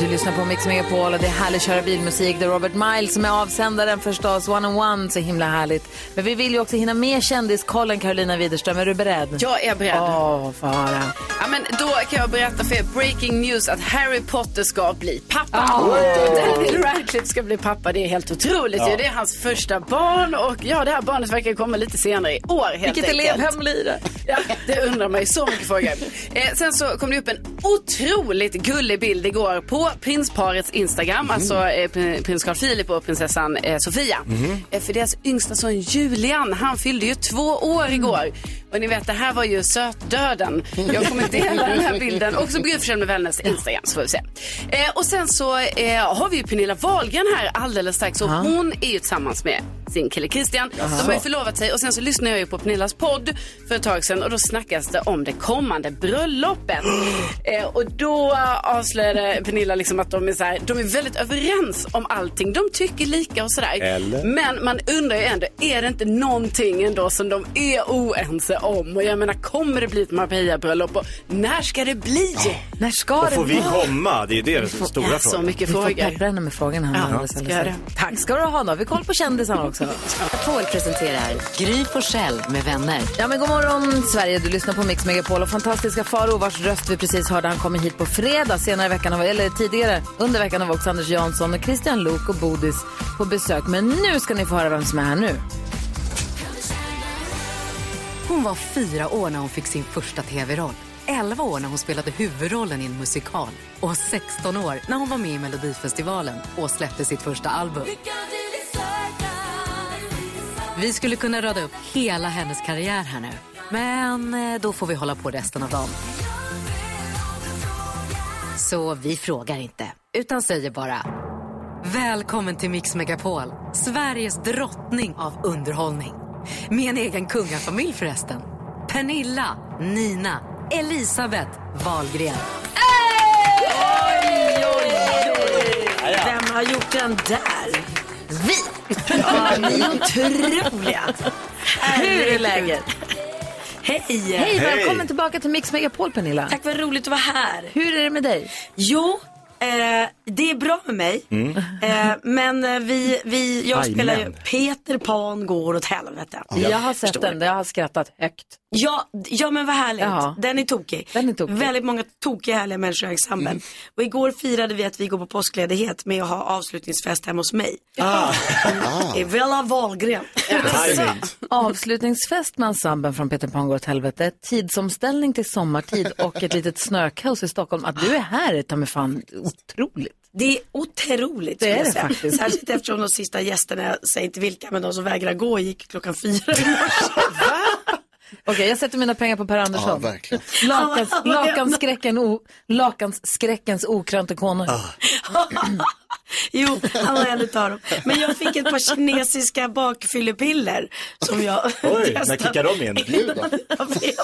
Du lyssnar på Mix Megapol och det är härlig köra bilmusik. Det är Robert Miles som är avsändaren förstås. One on one, så himla härligt. Men vi vill ju också hinna med kändiskollen, Carolina Widerström. Är du beredd?
Jag är beredd.
Åh, få höra.
Ja, men då kan jag berätta för er breaking news att Harry Potter ska bli pappa.
Ah.
Daniel Radcliffe ska bli pappa. Det är helt otroligt
Ja.
ju. Det är hans första barn och ja, det här barnet verkar komma lite senare i år helt
Vilket
enkelt.
elevhem blir det?
Ja, det undrar man ju så mycket frågor. Eh, sen så kom det upp en otroligt gullig bild igår på prinsparets Instagram, alltså eh, pr- prins Carl Philip och prinsessan eh, Sofia. Eh, För deras yngsta son Julian, han fyllde ju två år igår. Och ni vet, det här var ju sötdöden. Jag kommer dela den här bilden också på Gryforsen med vänners Instagram så får vi se. Eh, och sen så eh, har vi ju Pernilla Wahlgren här alldeles strax och hon är ju tillsammans med sin kille Christian.
Jaha.
De har ju förlovat sig och sen så lyssnade jag ju på Pernillas podd för ett tag sedan och då snackas det om det kommande bröllopet. eh, och då avslöjade Pernilla liksom att de är, så här, de är väldigt överens om allting. De tycker lika och sådär.
Eller?
Men man undrar ju ändå, är det inte någonting ändå som de är oense om? Och jag menar, kommer det bli ett Marbella-bröllop och när ska det bli?
När ska
Och får vi komma? Det är ju det som är stora frågan.
Så mycket
Vi får
frågor.
peppra henne med frågorna. Här alldeles,
ska
alldeles
jag
strax. Tack ska du ha. Då har vi koll på kändisarna också.
Megapol presenterar Gry Forssell med vänner.
Ja, men god morgon, Sverige. Du lyssnar på Mix Megapol och fantastiska Faro vars röst vi precis hörde. Han kommer hit på fredag. Senare i veckan, har vi- eller tidigare under veckan, har vi också Anders Jansson och Christian Lok och Bodis på besök. Men nu ska ni få höra vem som är här nu.
Hon var fyra år när hon fick sin första tv-roll. 11 år när hon spelade huvudrollen i en musikal. Och 16 år när hon var med i Melodifestivalen och släppte sitt första album. Vi skulle kunna rada upp hela hennes karriär här nu. Men eh, då får vi hålla på resten av dagen. Så vi frågar inte, utan säger bara... Välkommen till Mix Megapol, Sveriges drottning av underhållning. Med en egen kungafamilj förresten. Pernilla, Nina, Elisabeth Wahlgren.
Vem har gjort den där? Vi! ni är otroliga. Hur är läget?
Hej!
Hej, välkommen tillbaka till Mix Megapol, Pernilla.
Tack, vad roligt att vara här.
Hur är det med dig?
Jo, eh, det är bra med mig.
Mm.
Eh, men eh, vi, vi, jag
Aj,
spelar ju
men.
Peter Pan går åt helvete.
Jag har sett den, jag har skrattat högt.
Ja, d- ja men vad härligt.
Ja.
Den är tokig.
Den är tokig.
Väldigt många tokiga härliga människor i ensemble.
Mm.
Och igår firade vi att vi går på påskledighet med att ha avslutningsfest hemma hos mig.
Ah.
I Vella Wahlgren. Alltså,
Avslutningsfest med ensemblen från Peter Pan går åt helvete, tidsomställning till sommartid och ett litet snökaos i Stockholm. Att du är här är ta mig fan otroligt.
Det är otroligt.
Det
skulle
är
jag
det
säga.
faktiskt.
Särskilt eftersom de sista gästerna, jag säger inte vilka, men de som vägrar gå gick klockan fyra.
Okej, jag sätter mina pengar på Per Andersson.
Ja, verkligen.
Lakans, lakanskräcken o, lakansskräckens okrönte konung.
Ah.
jo, han var en utav dem. Men jag fick ett par kinesiska bakfyllepiller som jag
Oj,
testade.
när kickar de in?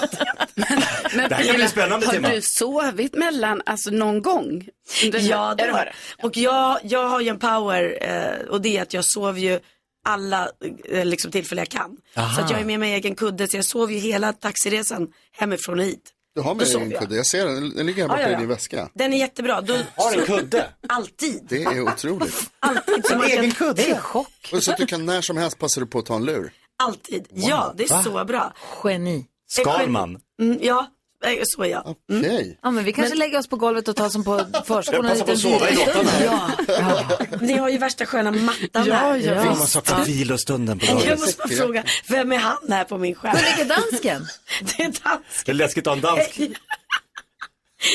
Det här kan bli spännande
har
Timma.
du sovit mellan, alltså någon gång?
Ja, det
Är
har jag. Och jag, jag har ju en power eh, och det är att jag sover ju alla eh, liksom, tillfällen jag kan.
Aha.
Så att jag är med mig egen kudde så jag sov ju hela taxiresan hemifrån och hit.
Du har
Då
med
sov
dig en
jag.
kudde. Jag ser den. Den ligger här
Ja,
borta
ja,
i
ja.
din väska.
Den är jättebra. Då...
Har en kudde?
Alltid.
Det är otroligt.
Alltid. som man kan-
Det är chock. Och så att du kan när som helst passa dig på att ta en lur.
Alltid. Ja, det är
Va?
så bra.
Geni.
Skalman.
Mm, ja, eh, så är jag. Mm.
Okej.
Ja, men vi kanske lägger oss på golvet och tar som på förskolan.
Jag passar på att sova i råttan här.
Ja. Ni har ju värsta sköna mattan här.
Fan, man saknar vilostunden på
Jag
dagen.
måste bara fråga, vem är han här på min skärm? Var
ligger dansken?
det är dansken.
Det är läskigt att ha en dansk.
Hej,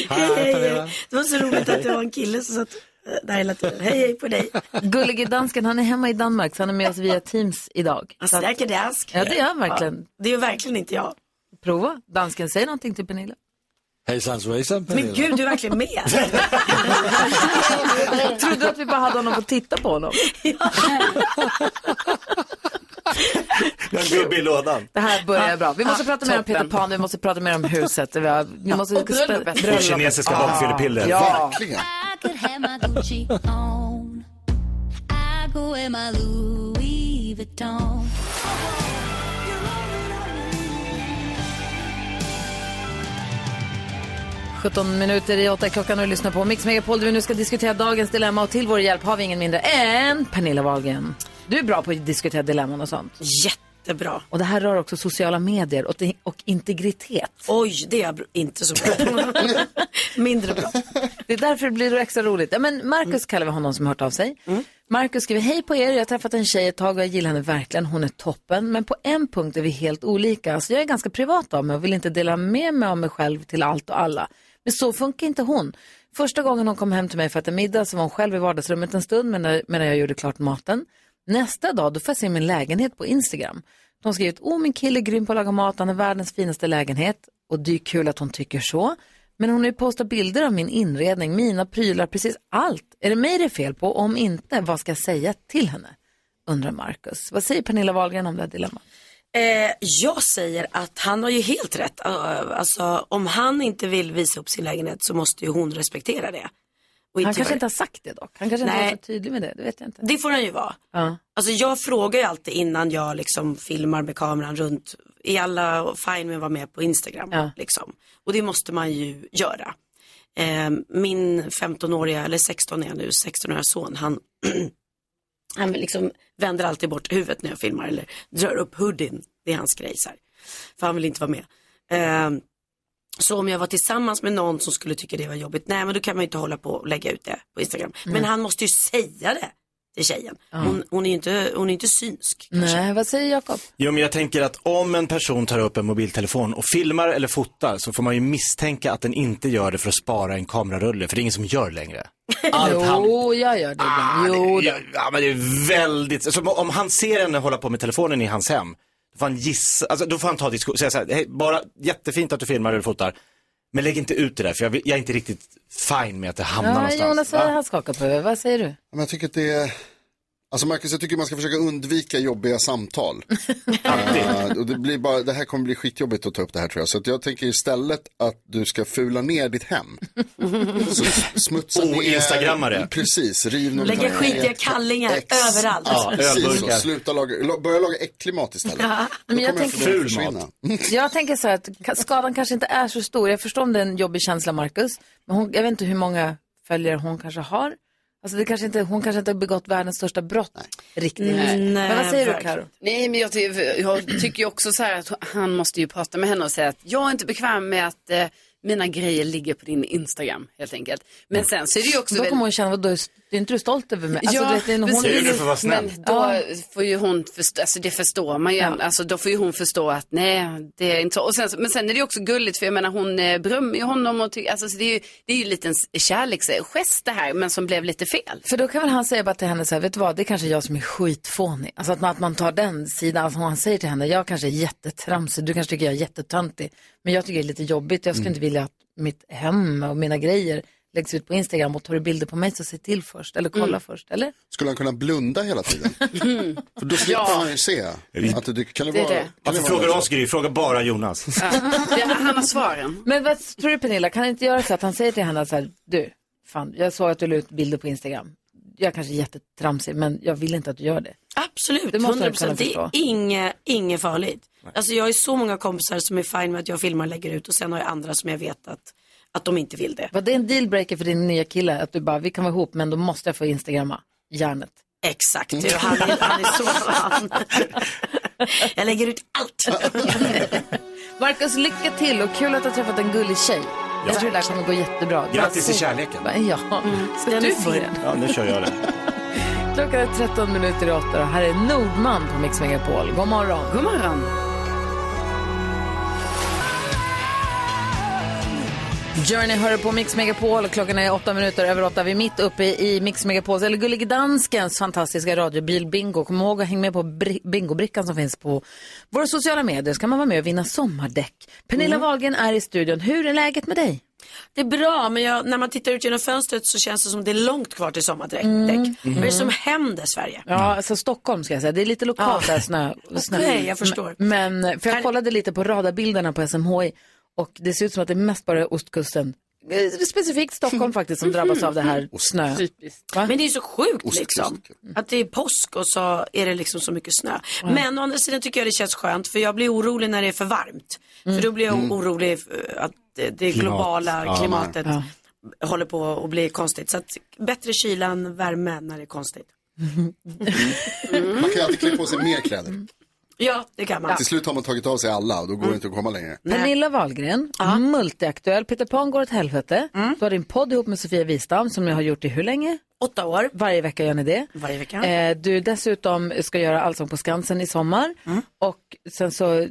hej,
Pernilla.
hej. Det var så roligt att det var en kille som satt eh, där hela tiden. Hej, hej på dig.
Gullige dansken, han är hemma i Danmark så han är med oss via Teams idag.
Han
Så att-
snackar dansk.
Ja, det är han verkligen.
Ja, det är verkligen inte jag.
Prova. Dansken, säg någonting till Pernilla.
Hejsan svejsan
Men gud, du är verkligen med.
Jag trodde att vi bara hade honom för att titta på honom.
En gubbe i lådan.
Det här börjar bra. Vi måste
Ah,
prata mer om
toppen.
Peter Pan, vi måste prata mer om huset. Vi, har, vi måste
och bröllopet.
spä-
Och
kinesiska
Ah,
bakfyllepiller.
Ja.
Verkligen.
17 minuter i 8 klockan och du lyssnar på Mix Megapol där vi nu ska diskutera dagens dilemma och till vår hjälp har vi ingen mindre än Pernilla Wahlgren. Du är bra på att diskutera dilemman och sånt.
Jättebra.
Och det här rör också sociala medier och, och integritet.
Oj, det är jag inte så bra Mindre bra.
Det är därför det blir extra roligt. Ja, men Marcus kallar vi honom som har hört av sig. Marcus skriver, hej på er, jag har träffat en tjej ett tag och jag gillar henne verkligen, hon är toppen. Men på en punkt är vi helt olika, så jag är ganska privat av mig och vill inte dela med mig av mig själv till allt och alla. Men så funkar inte hon. Första gången hon kom hem till mig för att äta middag så var hon själv i vardagsrummet en stund medan medan jag gjorde klart maten. Nästa dag, då får jag se min lägenhet på Instagram. De har skrivit, åh min kille är grym på att laga mat, han har världens finaste lägenhet och det är kul att hon tycker så. Men hon har ju postat bilder av min inredning, mina prylar, precis allt. Är det mig det är fel på? Om inte, vad ska jag säga till henne? Undrar Marcus. Vad säger Pernilla Wahlgren om det här dilemmat?
Eh, jag säger att han har ju helt rätt. Eh, Alltså om han inte vill visa upp sin lägenhet så måste ju hon respektera det.
Han
Och göra
kanske
det.
inte har sagt det dock. Han kanske inte
Nej.
var så tydlig med det, det vet jag inte.
Det får han ju vara.
Ja.
Alltså jag frågar ju alltid innan jag liksom filmar med kameran runt. Är alla fine med att vara med på Instagram? Liksom. Och det måste man ju göra. Eh, min 15-åriga, eller 16 är jag nu, 16-åriga son, han, han liksom vänder alltid bort huvudet när jag filmar eller drar upp hoodien. Det är hans grej så här. För han vill inte vara med. Eh, så om jag var tillsammans med någon som skulle tycka det var jobbigt, nej men då kan man ju inte hålla på och lägga ut det på Instagram.
Mm.
Men
Nej.
han måste ju säga det till tjejen.
Ja.
Hon, hon är ju inte, hon är inte synsk.
Nej, vad säger Jakob?
Jo, men jag tänker att om en person tar upp en mobiltelefon och filmar eller fotar så får man ju misstänka att den inte gör det för att spara en kamerarulle, för det är ingen som gör längre. Allt handlar
Jo, jag gör Ah, det ibland. Jo,
Ja, ja, men det är väldigt, så om han ser henne hålla på med telefonen i hans hem, då får han gissa, alltså då får han ta diskussion, säga så här, hej, bara jättefint att du filmar eller fotar, men lägg inte ut det där för jag, vill, jag är inte riktigt fine med att det hamnar
ja,
någonstans.
Jonas, vad han skakar på huvudet. Vad säger du?
Ja, Men jag tycker att det är... Alltså Marcus, jag tycker man ska försöka undvika jobbiga samtal. Eh, och det, blir bara, det här kommer bli skitjobbigt att ta upp det här tror jag. Så att jag tänker istället att du ska fula ner ditt hem. Så s- smutsa
Och instagramma det.
eh, Precis, riv någon
Lägga skitiga kallingar överallt.
Ja, precis, så.
ölburkar.
Sluta laga, la, börja laga äcklig mat istället.
Ja.
Då
Men jag
kommer
tänker- Ful
förmodligen
mat.
försvinna.
Jag tänker så här att ka- skadan kanske inte är så stor. Jag förstår om det är en jobbig känsla, Marcus. Men hon, jag vet inte hur många följare hon kanske har. Alltså det kanske inte, hon kanske inte har begått världens största brott riktigt. men vad säger du, Karo?
Mm, Nej, men jag, ty- jag tycker ju också så här att han måste ju prata med henne och säga att jag är inte bekväm med att eh, mina grejer ligger på din Instagram helt enkelt. Men sen så är det ju också
Då
väl-
kommer hon känna, vadå, är du inte du stolt över mig? Alltså, du vet, det är en- hon-
precis. Men
Men
då
Ja.
får ju hon förstå, alltså det förstår man ju,
Ja.
alltså då får ju hon förstå att nej, det är inte så. Och sen, så- men sen är det ju också gulligt för jag menar hon eh, berömmer ju honom och ty- alltså så det är ju, det är ju en liten s- kärleksgest det här, men som blev lite fel.
För då kan väl han säga bara till henne så här, vet du vad, det är kanske är jag som är skitfånig. Alltså att man, att man tar den sidan, alltså han säger till henne, jag kanske är jättetramsig, du kanske tycker jag är jättetöntig, men jag tycker det är lite jobbigt, jag skulle
Mm.
inte vilja att mitt hem och mina grejer läggs ut på Instagram och tar du bilder på mig så se till först, eller kolla
Mm.
först, eller?
Skulle han kunna blunda hela tiden? För då slipper
Ja.
han ju se. Att det, dyker- kan det,
Det är
vara,
det.
Kan
Varför
vara
frågar
så?
du oss Gry? Fråga bara Jonas.
Ja. Det, han har svaren.
Men vad tror du Pernilla, kan han inte göra så att han säger till henne så här, du, fan, jag såg att du la ut bilder på Instagram, jag kanske är jättetramsig, men jag vill inte att du gör det.
Absolut,
Det måste
100
jag kunna
procent. Det är
förstå.
inget, inget farligt. Alltså jag har ju så många kompisar som är fine med att jag filmar och lägger ut och sen har jag andra som jag vet att, att de inte vill det.
Var det en dealbreaker för din nya kille, att du bara, vi kan vara ihop, men då måste jag få Instagramma järnet?
Exakt, du, han, är, han är så fan. Jag lägger ut allt.
Marcus, lycka till och kul att du har träffat en gullig tjej. Jag tror det där kommer gå jättebra.
Grattis till
Så-
kärleken. Mm.
Ja, ska
Den
du
är
börja?
Ja, nu kör jag det.
Klockan är 13 minuter i 8 och här är Nordman på Mix Megapol. God morgon.
God morgon.
Journey hör på Mix Megapol och klockan är åtta minuter över åtta. Vi är mitt uppe i Mix Megapols, eller Gullige Danskens fantastiska radiobil Bingo. Kom ihåg att hänga med på bri- bingobrickan som finns på våra sociala medier så kan man vara med och vinna sommardäck. Pernilla
Mm.
Wahlgren är i studion. Hur är läget med dig?
Det är bra, men jag, när man tittar ut genom fönstret så känns det som det är långt kvar till sommardäck. Vad är det som händer Sverige?
Ja, alltså Stockholm ska jag säga. Det är lite lokalt
Ja.
där snö. snö.
Okej, jag förstår.
Men, men- för jag kollade lite på radarbilderna på SMHI och det ser ut som att det mest bara är ostkusten. Eh, Specifikt Stockholm faktiskt som drabbas av det
Mm.
här snö. Va?
Men det är ju så sjukt liksom. Att det är påsk och så är det liksom så mycket snö.
Ja.
Men å andra sidan tycker jag det känns skönt för jag blir orolig när det är för varmt. För då blir jag
Mm.
orolig eh, att det, det
Klimat.
globala
Ja,
klimatet
nej.
håller på att bli konstigt. Så att bättre kyla än värme när det är konstigt.
Man kan ju alltid klä på sig mer kläder.
Ja, det kan man.
Till slut har man tagit av sig alla och då går det inte att komma längre.
Pernilla Wahlgren, multiaktuell. Peter Pan går åt helvete.
Mm.
Du har din podd ihop med Sofia Wistam som ni har gjort i hur länge?
Åtta år.
Varje vecka gör ni det.
Varje vecka.
Eh, du dessutom ska göra Allsång på Skansen i sommar.
Mm.
Och sen så... eh,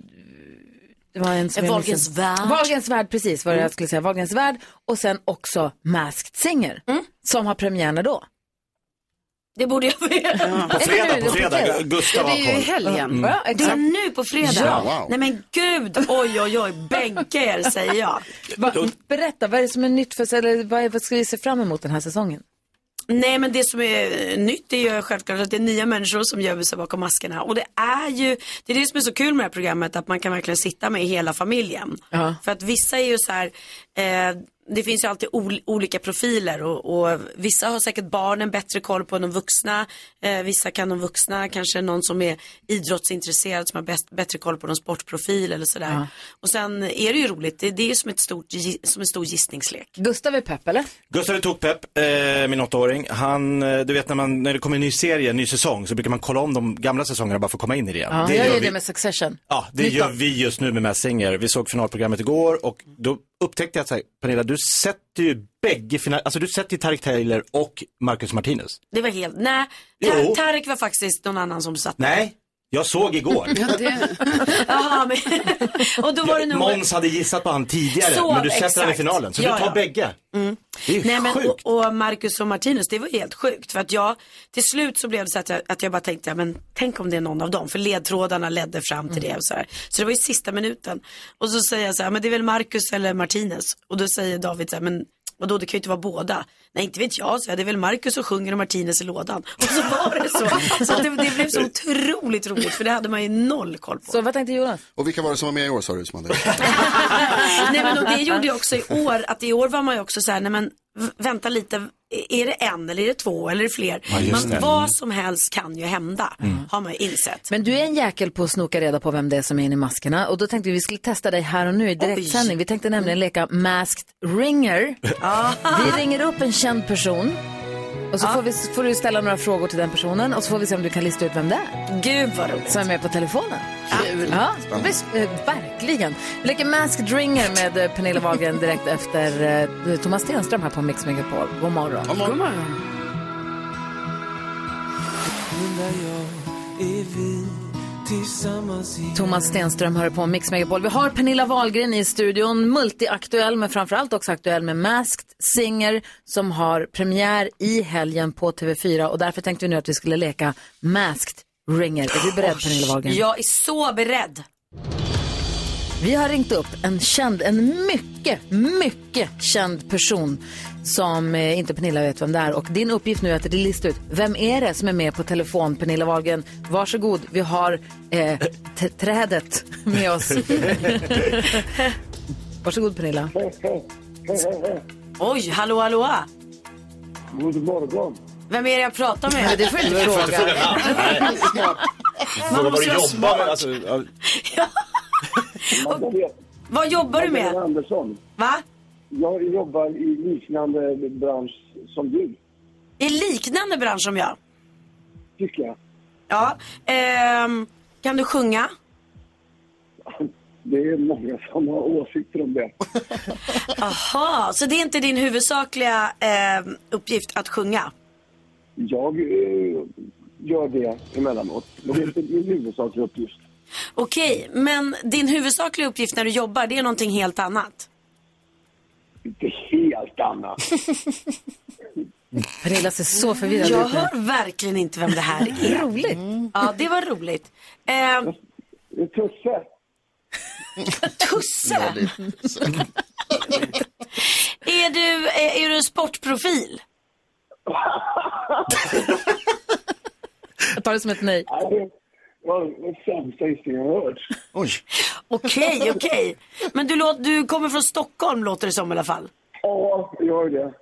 Det var en som jag
Wahlgrens
missade.
värld.
Wahlgrens värld, precis vad
Mm.
jag skulle säga. Wahlgrens värld. Och sen också Masked Singer.
Mm.
Som har premiär när då?
Det borde jag veta.
På fredag, på fredag. Gustav
Ja,
har
det är ju i
koll.
helgen.
Mm.
Ja,
det är
exakt.
nu på fredag.
Ja, wow.
Nej men gud, oj oj oj, bänka er säger jag.
Va, berätta, vad är det som är nytt för eller vad, är, vad ska vi se fram emot den här säsongen?
Nej men det som är eh, nytt är ju självklart att det är nya människor som gömmer sig bakom maskerna. Och det är ju, det är det som är så kul med det här programmet, att man kan verkligen sitta med hela familjen.
Ja.
För att vissa är ju så här, eh, det finns ju alltid ol- olika profiler och, och vissa har säkert barnen bättre koll på än de vuxna. Eh, vissa kan de vuxna, kanske någon som är idrottsintresserad som har bäst, bättre koll på någon sportprofil eller sådär.
Ja.
Och sen är det ju roligt, det, det är ju som, ett stort, gi- som en stor gissningslek.
Gustav är pepp eller?
Gustav är tokpepp, eh, min åttaåring. Han, eh, du vet när, man, när det kommer en ny serie, en ny säsong, så brukar man kolla om de gamla säsongerna bara för att komma in i det igen.
Ja,
det
jag gör
vi,
det med Succession.
ja, det gör vi just nu med Messinger. Vi såg finalprogrammet igår och då upptäckte jag att så här, Pernilla, du sätter ju bägge final, alltså du sätter ju Tareq Taylor och Marcus Martinez.
Det var helt, nej.
Jo.
Tar- Tarek var faktiskt någon annan som satt.
Nej, jag såg igår.
Jaha, men... Och då var det nog...
Måns hade gissat på han tidigare,
Så,
men du sätter
exakt.
han i finalen. Så
Ja,
du tar
ja.
bägge.
Mm.
Det är ju
Nej, men,
sjukt.
och, och Marcus och Martinus, det var helt sjukt. För att jag, till slut så blev det så att jag, att jag bara tänkte, ja, men tänk om det är någon av dem. För ledtrådarna ledde fram
Mm.
till det. Och så, här. så det var i sista minuten. Och så säger jag så här, men det är väl Marcus eller Martinez. Och då säger David så här, men vadå det kan ju inte vara båda. Nej inte vet jag, så jag, det är väl Marcus som sjunger och Martinez i lådan. Och så var det så. Så att det, det blev så otroligt roligt, för det hade man ju noll koll på.
Så vad tänkte Jonas?
Och vilka var det som var med i år sa du? Som hade...
nej men och det gjorde jag också i år, att i år var man ju också så här, nej men v- vänta lite, är det en eller är det två eller är det fler?
Ja, just
man,
det. Mm.
vad som helst kan ju hända, har man ju insett.
Men du är en jäkel på att snoka reda på vem det är som är inne i maskerna. Och då tänkte vi vi skulle testa dig här och nu i direktsändning. Vi tänkte nämligen leka Masked Ringer. vi ringer upp en känd person. Och så får, vi, får du ställa några frågor till den personen och så får vi se om du kan lista ut vem det är.
Gud vad roligt.
Som är med på telefonen.
Kul.
Ja, det blir, sp- eh, verkligen. Vi leker Masked Ringer med eh, Pernilla Wahlgren direkt efter eh, Thomas Stenström här på Mix Megapol. God morgon. God morgon. Thomas Stenström hör på Mix Megapol. Vi har Pernilla Wahlgren i studion, multiaktuell men framförallt också aktuell med Masked Singer som har premiär i helgen på TV4 och därför tänkte vi nu att vi skulle leka Masked Ringer. Är du beredd Pernilla Wahlgren?
Jag är så beredd.
Vi har ringt upp en känd, en mycket, mycket känd person som eh, inte Pernilla vet vem det är. Och din uppgift nu är att lista ut vem är det som är med på telefon, Pernilla Wahlgren. Varsågod, vi har eh, t- trädet med oss. Varsågod Pernilla.
Oj, hallå hallå.
God morgon.
Vem är det jag pratar med?
Men det får du inte
Du får inte fråga. fråga.
Man
Fråga vad
måste
du
vara
jobbar
smart.
med. Alltså, ja.
Vad jobbar du med?
Andersson.
Va?
Jag jobbar i liknande bransch som du,
I liknande bransch som jag.
tycker jag.
Ja. Ehm, kan du sjunga?
Det är många som har åsikter om det.
Aha, så det är inte din huvudsakliga ehm, uppgift att sjunga?
Jag eh, gör det emellanåt, men det är inte min huvudsakliga uppgift.
Okej, men din huvudsakliga uppgift när du jobbar, det är någonting helt annat.
Inte helt annat.
Pernilla ser så förvirrad
Jag
ut nu.
hör verkligen inte vem det här är.
roligt.
Ja, det var roligt. Eh,
Tusse.
Tusse? Är du, eh, är du en sportprofil?
Jag tar det som ett nej.
Ja, Det var den sämsta gissningen jag hört.
Oj.
Okej, okej. Men du, låt, du kommer från Stockholm låter det som i alla fall.
Ja, jag gör det.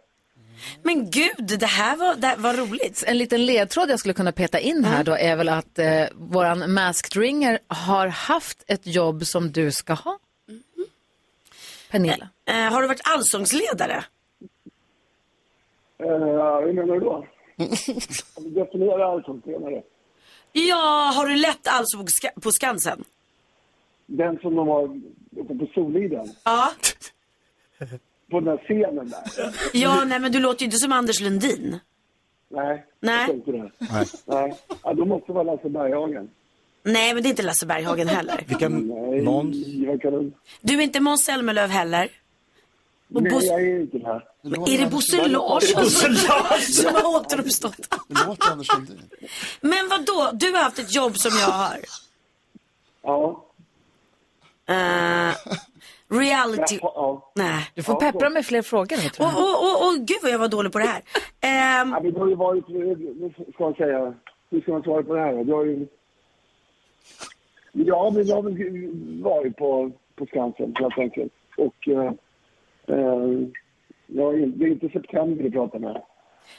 Men gud, det här var, det här var roligt.
En liten ledtråd jag skulle kunna peta in här då är väl att eh, våran Masked Ringer har haft ett jobb som du ska ha. Pernilla?
Eh, har du varit allsångsledare?
Eh, hur menar du då? Definiera allsångstränare.
Ja, har du lett allsång på Skansen?
Den som de har uppe på Soliden.
Ja.
På den där scenen där.
Ja, nej men du låter ju inte som Anders Lundin.
Nej,
Nej.
jag tänkte det. Nej. Nej. Ja, då måste det vara
alltså
Lasse Berghagen.
Nej, men det är inte Lasse Berghagen heller.
Vilka Måns?
Vad kan du...
Du är inte Måns Zelmerlöw heller. Och
Nej,
Bosse-
jag är inte det här.
Är det Bosse Larsson som har återuppstått?
Låt Anders Lundin.
Men vad då? Du har haft ett jobb som jag har.
Ja.
Eh, reality... Nej.
Du får peppra med fler frågor nu, tror
Åh,
jag.
åh, åh, åh, gud vad jag var dålig på det här. Ehm.
Ja, men det har ju varit, eh, ska jag säga, hur ska man svara på det här då? Det har ju... Ja, men jag har väl varit på, på Skansen helt enkelt. Och eh, eh, jag, är- det är inte september du pratar med.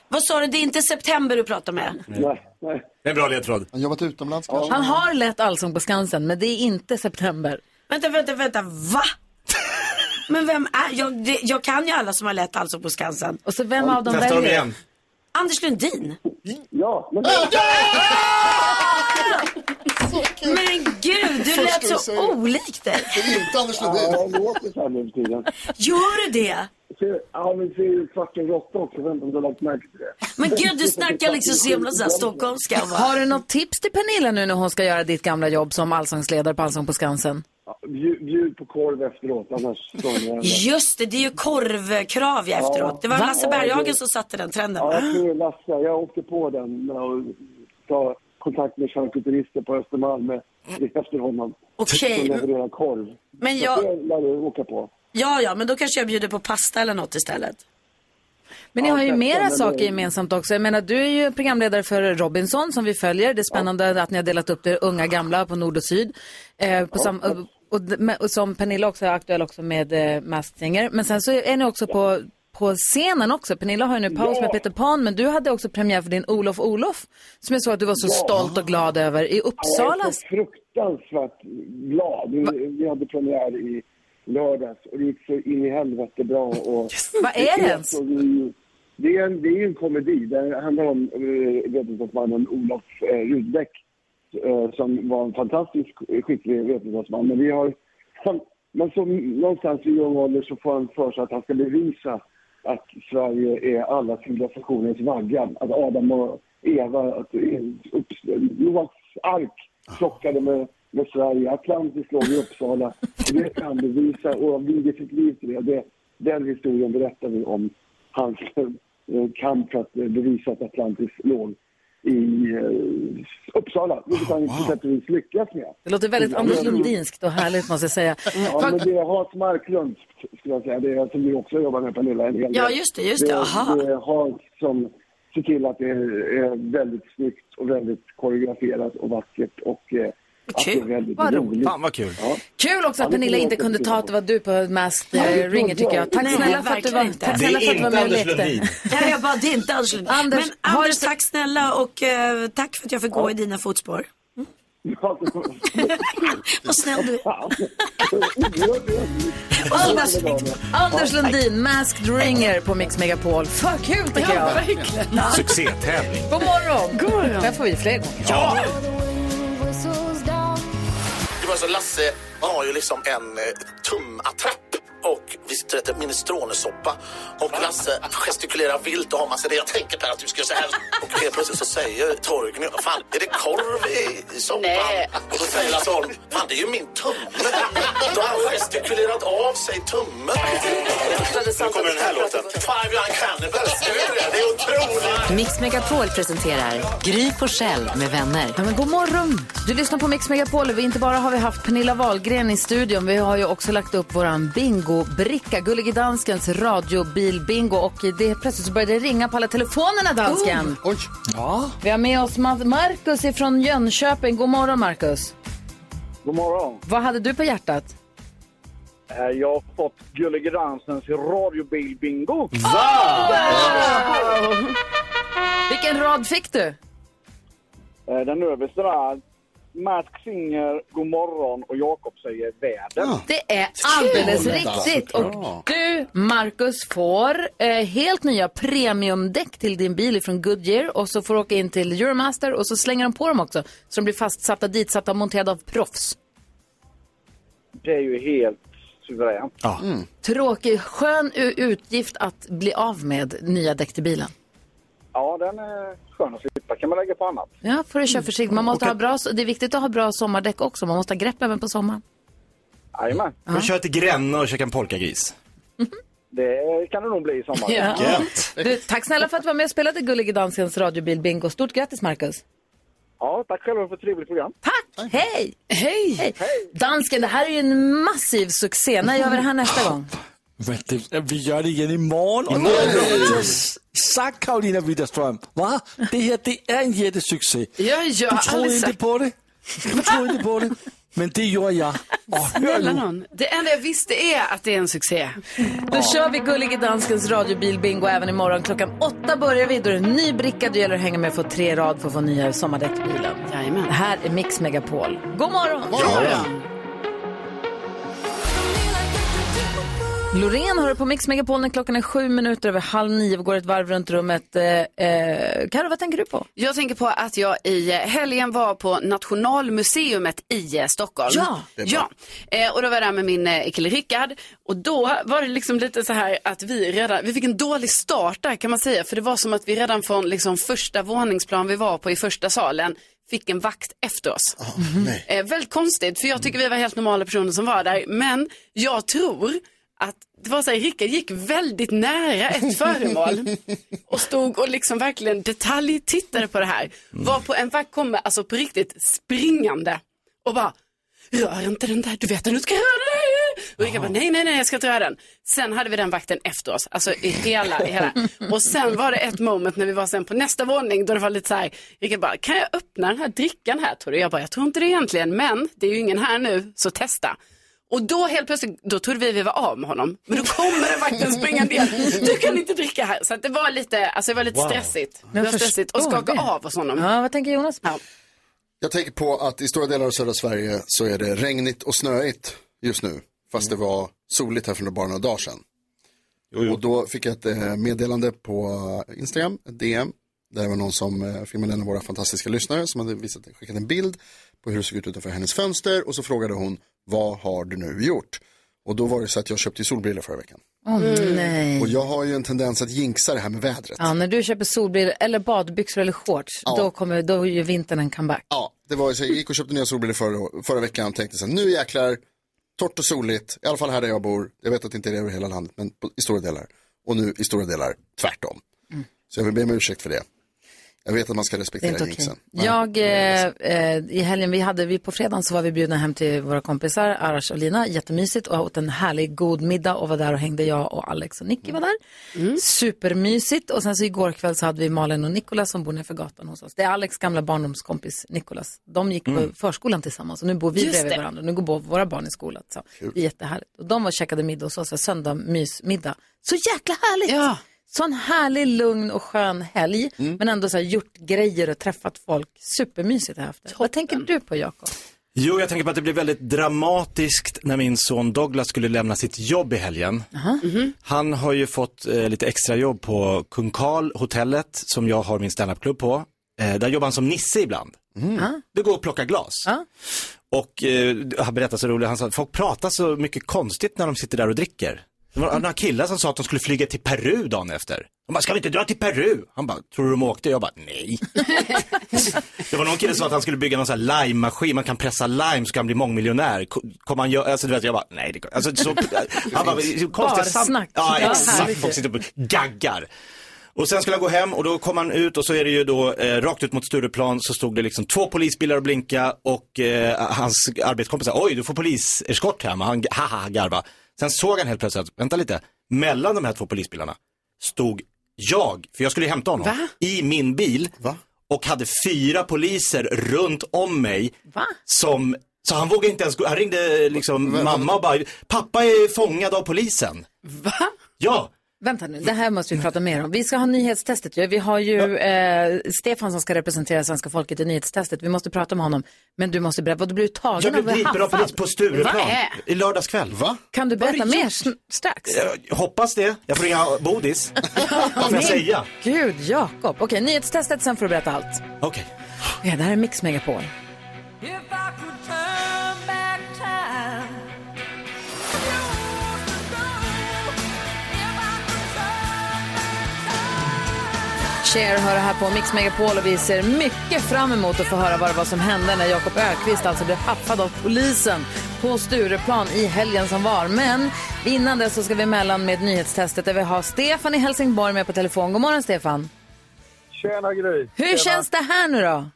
Vad sa du? Det är inte september du pratar med?
Nej. Nej.
Det är en bra ledtråd.
Han jobbat utomlands
Han har lett Allsång på Skansen, men det är inte september.
Vänta, vänta, vänta. Va? Men vem är... Jag, det, jag kan ju alla som har lett Allsång på Skansen.
Och så vem av dem
Testa
väljer?
dem igen. Anders Lundin.
Ja. Men,
men gud, du
Först
lät
skulle
så
jag säga det.
olikt dig.
Det är inte Anders
Ja, jag låter så här nu för tiden.
Gör du det?
Ser- Ja, men ser ju fucking råtta också. Jag vet inte om du har lagt märke till det.
Men gud, du snackar liksom så jävla såhär stockholmska. va?
Har du något tips till Pernilla nu när hon ska göra ditt gamla jobb som allsångsledare på Allsång på Skansen?
Ja, Bjud, bjud på korv efteråt, annars står ni där.
Just det, det är ju korvkrav jag efteråt. Det var
Va?
Lasse Berghagen som satte den trenden.
Ja,
va?
jag tror det är Lasse. Jag åkte på den med att ta kontakt med charkuterister på Östermalm med- efter honom.
Mm. Okej.
Som levererar korv.
Men
Så
jag-
Det lär du åka på.
Ja, ja, men då kanske jag bjuder på pasta eller något istället.
Men ni har ju
tack,
mera
men det-
saker gemensamt också. Jag menar, du är ju programledare för Robinson som vi följer. Det är spännande att ni har delat upp det unga gamla på nord och syd. Eh, på sam, och, och, men- och som Pernilla också är aktuell också med eh, Masked Singer. Men sen så är ni också på, på scenen också. Pernilla har ju nu paus
Ja.
med Peter Pan, men du hade också premiär för din Olof Olof, som jag såg att du var så
Ja.
stolt och glad över, i Uppsala.
Jag är så fruktansvärt glad. Vi, vi hade premiär i lördags och det gick så in i helvete bra. Och
Vad är det ens?
Och vi- Det är, en, det är en komedi. Det handlar om eh, vetenskapsmannen Olof eh, Rudbeck eh, som var en fantastisk eh, skicklig vetenskapsman. Men vi har... Han, men som någonstans i ung ålder så får han för sig att han ska bevisa att Sverige är alla civilisationens vagga. Att Adam och Eva, att eh, upps- Noaks ark krockade med, med Sverige. Atlantis låg i Uppsala. Och Det kan han bevisa och han viger sitt liv till det. det. Den historien berättar vi om hans eh, kamp för att eh, bevisa att Atlantis låg i eh, Uppsala, vilket han på sätt och vis lyckas med.
Det låter väldigt
Ja,
Anders
men-
Lundinskt och härligt måste jag säga.
Ja, men det är Hans Marklund, skulle jag säga, det är, som du också jobbar med Pernilla en hel del.
Ja, just det, just det, aha.
Det är Hans som ser till att det är är väldigt snyggt och väldigt koreograferat och vackert och eh, att det är
Kul.
väldigt
Vad roligt.
roligt.
Fan,
vad kul.
Ja.
Kul också
Ja,
att
det
Pernilla
tror jag
inte kunde
också.
ta att det var du på Masked
Ja, det
eh,
trodde
Ringer tycker jag.
jag.
Tack
Nej,
snälla för att du var,
verkligen inte.
tack
Det är
snälla för att du var med och
inte Anders
lekte.
Lundin. Nej, jag bara, det är inte Anders Lundin.
Anders,
men Anders, tack snälla och eh, tack för att jag fick gå i dina fotspår. Vad snäll du är.
Anders, Anders
Ja, tack.
Lundin, Masked Ringer på Mix Megapol. För kul tycker jag.
Succétävling.
God morgon. God morgon. Där får vi fler gånger.
Ja.
Det var så Lasse, man har ju liksom en eh, tumattrapp och vi sitter och äter minestronesoppa och Lasse gestikulerar vilt och har massa det. Jag tänker Per att du ska göra så här. Och helt plötsligt så säger Torgny, fan är det korv i, i soppan? Och då säger Lasse Holm, fan det är ju min tumme. Då har han gestikulerat av sig tummen. Nu kommer den här låten. Five Young Cannibals, är det det? Det är otroligt.
Mix Megapol presenterar Gry Forssell med vänner.
Ja, men god morgon! Du lyssnar på Mix Megapol. Vi inte bara har vi haft Pernilla Wahlgren i studion, vi har ju också lagt upp våran bingo-bricka, Gullige Danskens radiobil-bingo. Och det, plötsligt så började det ringa på alla telefonerna, dansken.
Oj.
Ja. Vi har med oss Ma- Markus ifrån Jönköping. God morgon, Markus.
God morgon.
Vad hade du på hjärtat?
Eh, Jag har fått Gullige Dansens radiobil-bingo.
Vilken rad fick du?
Eh, Den översta där,
Mask singer god morgon och Jakob säger väder.
Det är alldeles
Kul!
riktigt.
Bra.
Och du, Marcus, får eh, helt nya premiumdäck till din bil från Goodyear och så får du åka in till Euromaster och så slänger de på dem också så de blir fastsatta, ditsatta och monterade av proffs.
Det är ju helt suveränt.
Mm.
Mm.
Tråkig, skön u- utgift att bli av med, nya däck till bilen.
Ja, den är skön att slippa. kan man lägga på annat.
Ja, får du köra försiktigt. Man måste ha bra, det är viktigt att ha bra sommardäck också. Man måste ha grepp även på sommaren.
Jajamän.
Man kör till Gränna och käkar en polkagris.
Det kan det nog bli i sommar.
Ja. Du, tack snälla för att du var med och spelade Gullige Danskens radiobil-bingo. Stort grattis, Marcus.
Ja, tack själva för ett trevligt program.
Tack! Hej! Hej! Dansken, det här är ju en massiv succé. När gör vi det här nästa gång?
Men det, eh, vi gör det igen imorgon. Och
Imorgon.
det har jag inte sagt Karolina Widerström. Va? Det här det är en jättesuccé.
Ja, jag har
du tror
aldrig
inte
sagt-
på det. Du tror inte på det. Men det gör jag. Och hör
Snälla
nu.
nån. Det enda jag visste är att det är en succé.
Då kör vi Gullige Danskens radiobil-bingo även imorgon. Klockan åtta börjar vi. Då är det en ny bricka. Det gäller att hänga med för tre rad för att få nya sommardäck till bilen. Det här är Mix Megapol. God morgon! Loreen hör på Mix Megapol när klockan är sju minuter över halv nio. Vi går ett varv runt rummet. Eh, eh, Karo, vad tänker du på?
Jag tänker på att jag i helgen var på Nationalmuseumet i eh, Stockholm.
Ja. Det är
ja.
bra.
Eh, och då var jag där med min eh, kille Rickard. Och då var det liksom lite så här att vi redan, vi fick en dålig start där kan man säga. För det var som att vi redan från liksom första våningsplan vi var på i första salen fick en vakt efter oss. Eh, väldigt konstigt, för jag tycker vi var helt normala personer som var där. Men jag tror att det var så här, Rickard gick väldigt nära ett föremål och stod och liksom verkligen detaljtittade på det här. Var på en vakt kommer alltså på riktigt springande och bara rör inte den där, du vet att du ska röra den. Och Rickard bara nej, nej, nej, jag ska inte röra den. Sen hade vi den vakten efter oss, alltså i hela, i hela. Och sen var det ett moment när vi var sen på nästa våning då det var lite så här, Rickard bara, kan jag öppna den här drickan här tror du? Jag bara, jag tror inte det egentligen, men det är ju ingen här nu, så testa. Och då helt plötsligt, då trodde vi vi var av med honom. Men då kommer det vakten springande igen. Du kan inte dricka här. Så att det var lite, alltså det var lite
Wow.
stressigt. Det
Jag
var stressigt. Och
förstår
skaka
det.
av oss honom.
Ja, vad tänker Jonas?
Jag tänker på att i stora delar av södra Sverige så är det regnigt och snöigt just nu. Fast det var soligt här för bara några dagar sedan. Och då fick jag ett eh, meddelande på Instagram, ett DM, där det var någon som eh, filmade en av våra fantastiska lyssnare som hade visat, skickat en bild på hur det såg ut utanför hennes fönster och så frågade hon vad har du nu gjort? Och då var det så att jag köpte ju solbrillor förra veckan.
Åh nej.
Och jag har ju en tendens att jinxa det här med vädret.
Ja, när du köper solbrillor eller badbyxor eller shorts,
Ja.
då, kommer, då gör vintern en comeback.
Ja, det var ju så jag gick och köpte nya solbrillor förra, förra veckan och tänkte så här, nu jäklar, torrt och soligt, i alla fall här där jag bor. Jag vet att det inte är över hela landet, men på, i stora delar. Och nu i stora delar tvärtom. Så jag vill be om ursäkt för det. Jag vet att man ska
Det är
respektera
inte okej.
jinxen.
Jag, eh, eh, i helgen vi hade, vi på fredagen så var vi bjudna hem till våra kompisar, Arash och Lina, jättemysigt och åt en härlig god middag och var där och hängde jag och Alex och Nicky var där. Supermysigt och sen så igår kväll så hade vi Malin och Nikolas som bor nere för gatan hos oss. Det är Alex gamla barndomskompis Nikolas. De gick
Mm.
på förskolan tillsammans och nu bor vi
Just
bredvid
det.
varandra. Nu går bo- våra barn i skolan. Så.
Kul.
Det är jättehärligt. Och de var och käkade middag hos oss, så här söndag mysmiddag. Så jäkla härligt! Sån härlig, lugn och skön helg. Men ändå så här gjort grejer och träffat folk. Supermysigt har jag haft det. Vad tänker du på Jakob?
Jo, jag tänker på att det blev väldigt dramatiskt när min son Douglas skulle lämna sitt jobb i helgen. Han har ju fått eh, lite extra jobb på Kung Karl hotellet som jag har min standupklubb på. Eh, där jobbar han som Nisse ibland. Det går att plocka glas. Och eh, han berättade så roligt, han sa att folk pratar så mycket konstigt när de sitter där och dricker. Det var några killar som sa att de skulle flyga till Peru dagen efter. De bara, ska vi inte dra till Peru? Han bara, tror du de åkte? Jag bara, nej. Det var någon kille som sa att han skulle bygga någon sån här lime-maskin, man kan pressa lime så kan han bli mångmiljonär. Ko- Kommer han göra, alltså du vet jag bara, nej det går alltså, så, Han bara, så konstiga sam-
Barsnack.
Ja
Ja,
exakt,
härligt.
folk sitter och gaggar. Och sen skulle han gå hem och då kom han ut och så är det ju då eh, rakt ut mot Stureplan så stod det liksom två polisbilar och blinka och eh, hans arbetskompis sa, oj du får poliseskort hem och han g- haha garva. Sen såg han helt plötsligt, att, vänta lite, mellan de här två polisbilarna stod jag, för jag skulle ju hämta honom, i min bil och hade fyra poliser runt om mig. Som, så han vågade inte ens gå, han ringde liksom mamma och bara, pappa är fångad av polisen. Va? Ja.
Vänta nu, det här måste vi prata mer om. Vi ska ha nyhetstestet ju. Vi har ju eh, Stefan som ska representera svenska folket i nyhetstestet. Vi måste prata med honom. Men du måste berätta, du blev tagen
Jag blev
av en
gripen av
haffad.
polis på Stureplan
Vad är?
i lördags kväll. Va?
Kan du berätta mer sn- strax?
Jag hoppas det. Jag får ringa Bodis. Vad får
Men
jag säga?
Gud, Jakob. Okej, nyhetstestet, sen får du berätta allt.
Okej.
Ja, det här är Mix Megapol. Cher hör här på Mix Megapol och vi ser mycket fram emot att få höra vad det var som hände när Jakob Ökvist alltså blev haffad av polisen på Stureplan i helgen som var. Men innan det så ska vi emellan med nyhetstestet där vi har Stefan i Helsingborg med på telefon. God morgon Stefan!
Tjena Gry!
Hur
Tjena.
känns det här nu då?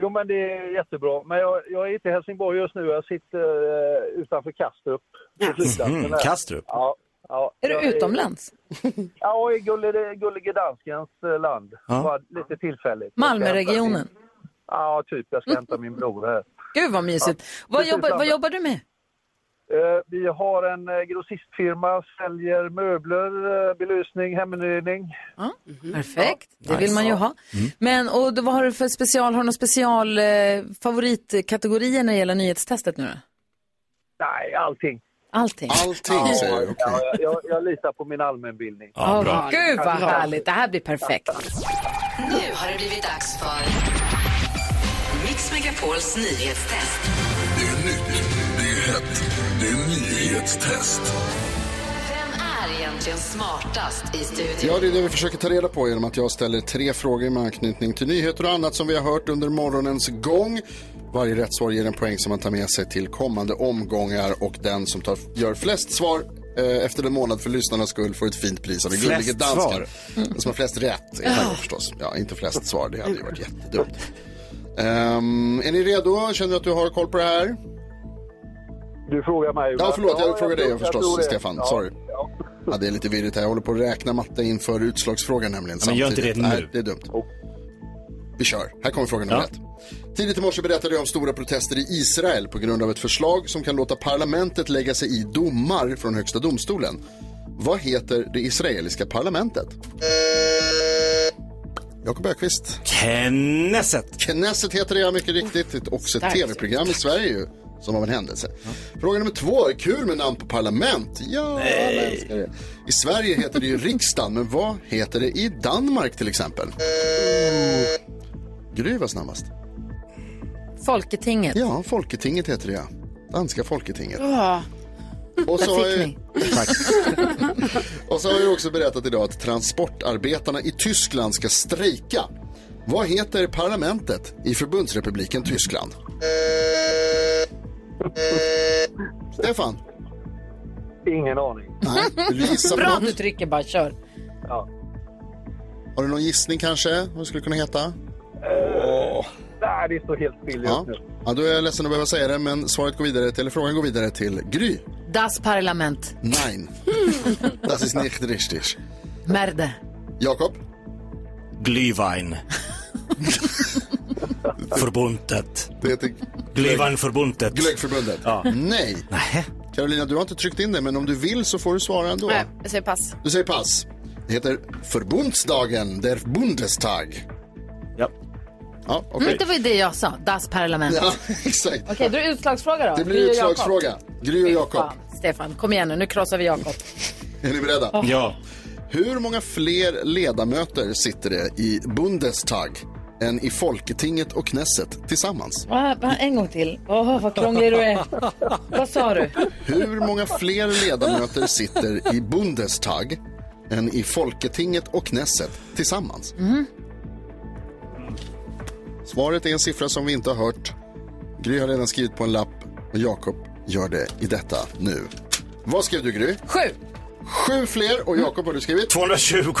Jo men det är jättebra. Men jag, jag är inte i Helsingborg just nu. Jag sitter eh, utanför Kastrup. på flygplatsen
Mhm,
här.
Kastrup?
eh, Ja. ja
Är du
Jag
utomlands?
Ja, i gullige, gullige danskens eh, land.
Ja.
Bara lite tillfälligt. Jag ska
Malmöregionen?
hämta min- Ja, typ. Jag ska hämta min bror här.
Gud vad mysigt.
Ja,
Vad
precis
jobbar, vad
samma.
jobbar du med?
Eh, Vi har en eh, grossistfirma, säljer möbler, eh, belysning, heminredning.
Mm-hmm. Perfekt, det
Nice.
vill man ju
Ja.
ha.
Mm.
Men och då, vad har du för special, har du några special eh, favoritkategorier när det gäller nyhetstestet nu då?
Nej, allting.
Allting.
Allting
ja,
säger du,
ja, jag, jag litar på min allmänbildning.
Åh, Gud vad härligt, det här blir perfekt.
Nu har det blivit dags för Mix Megapols nyhetstest.
Det är nytt, det är hett, det är nyhetstest.
Vem är egentligen smartast i studion?
Ja, det är det vi försöker ta reda på genom att jag ställer tre frågor med anknytning till nyheter och annat som vi har hört under morgonens gång. Varje rätt svar ger en poäng som man tar med sig till kommande omgångar och den som tar, gör flest svar eh, efter en månad för lyssnarnas skull får ett fint pris av den
Flest
gullige dansken.
svar?
Den som har flest rätt är här förstås. Ja, inte flest svar, det hade ju varit jättedumt. Ehm, är ni redo? Känner du att du har koll på det här?
Du frågar mig.
Ja,
va?
förlåt, jag frågar dig
tror- tror
förstås,
det.
Stefan.
Ja.
Sorry. Ja, det är lite virrigt här. Jag håller på att räkna matte inför utslagsfrågan nämligen.
Ja, men gör inte
samtidigt.
det nu.
Nej, det är dumt. Vi kör. Här kommer fråga nummer ett. Tidigt i morse berättade jag om stora protester i Israel på grund av ett förslag som kan låta parlamentet lägga sig i domar från högsta domstolen. Vad heter det israeliska parlamentet? Jakob Ökvist.
Knesset.
Knesset heter det, ja, mycket riktigt. Det är också ett
Starkt.
tv-program i Sverige ju, som av en händelse. Fråga nummer två. Är kul med namn på parlament? Ja, jag älskar det. I Sverige heter det ju riksdagen, men vad heter det i Danmark till exempel? Gry var snabbast.
Folketinget.
Ja, Folketinget heter det ja. Danska Folketinget.
Ja.
Och så, har
Där fick
jag,
ni.
Tack. och så har jag också berättat idag att transportarbetarna i Tyskland ska strejka. Vad heter parlamentet i Förbundsrepubliken Tyskland? Stefan?
Ingen aning.
Nej, vill du gissa på
Bra
något?
att du trycker bara, kör.
Har du någon gissning kanske? Vad det skulle kunna heta?
Nej, det står helt still just
Ja.
nu.
ja, då är jag ledsen att behöva säga det, men svaret går vidare till, eller frågan går vidare till Gry.
Das Parlament.
Nein. Das ist nicht richtig.
Merde.
Jakob?
Glühwein. förbundet.
Det heter...
Glühweinförbundet.
Glöggförbundet?
Ja.
Nej. Carolina, du har inte tryckt in det, men om du vill så får du svara ändå.
Nej, jag säger pass.
Du säger pass. Det heter Förbundsdagen, der Bundestag.
Ja.
Ja, okej.
Mm, det var ju det jag sa, Das Parlament.
Ja, exakt.
Okej, då är det utslagsfråga då. Gry
Det blir
och Jakob.
utslagsfråga. Gry och Jakob,
Fan, Stefan, kom igen nu, nu krossar vi Jakob.
är ni beredda?
Ja.
Hur många fler ledamöter sitter det i Bundestag än i Folketinget och Knesset tillsammans?
Va, va, en gång till. Åh, vad krånglig du är. Vad sa du?
Hur många fler ledamöter sitter i Bundestag än i Folketinget och Knesset tillsammans?
Mm.
Svaret är en siffra som vi inte har hört. Gry har redan skrivit på en lapp och Jakob gör det i detta nu. Vad skrev du Gry?
Sju.
Sju fler och Jakob har du skrivit?
220.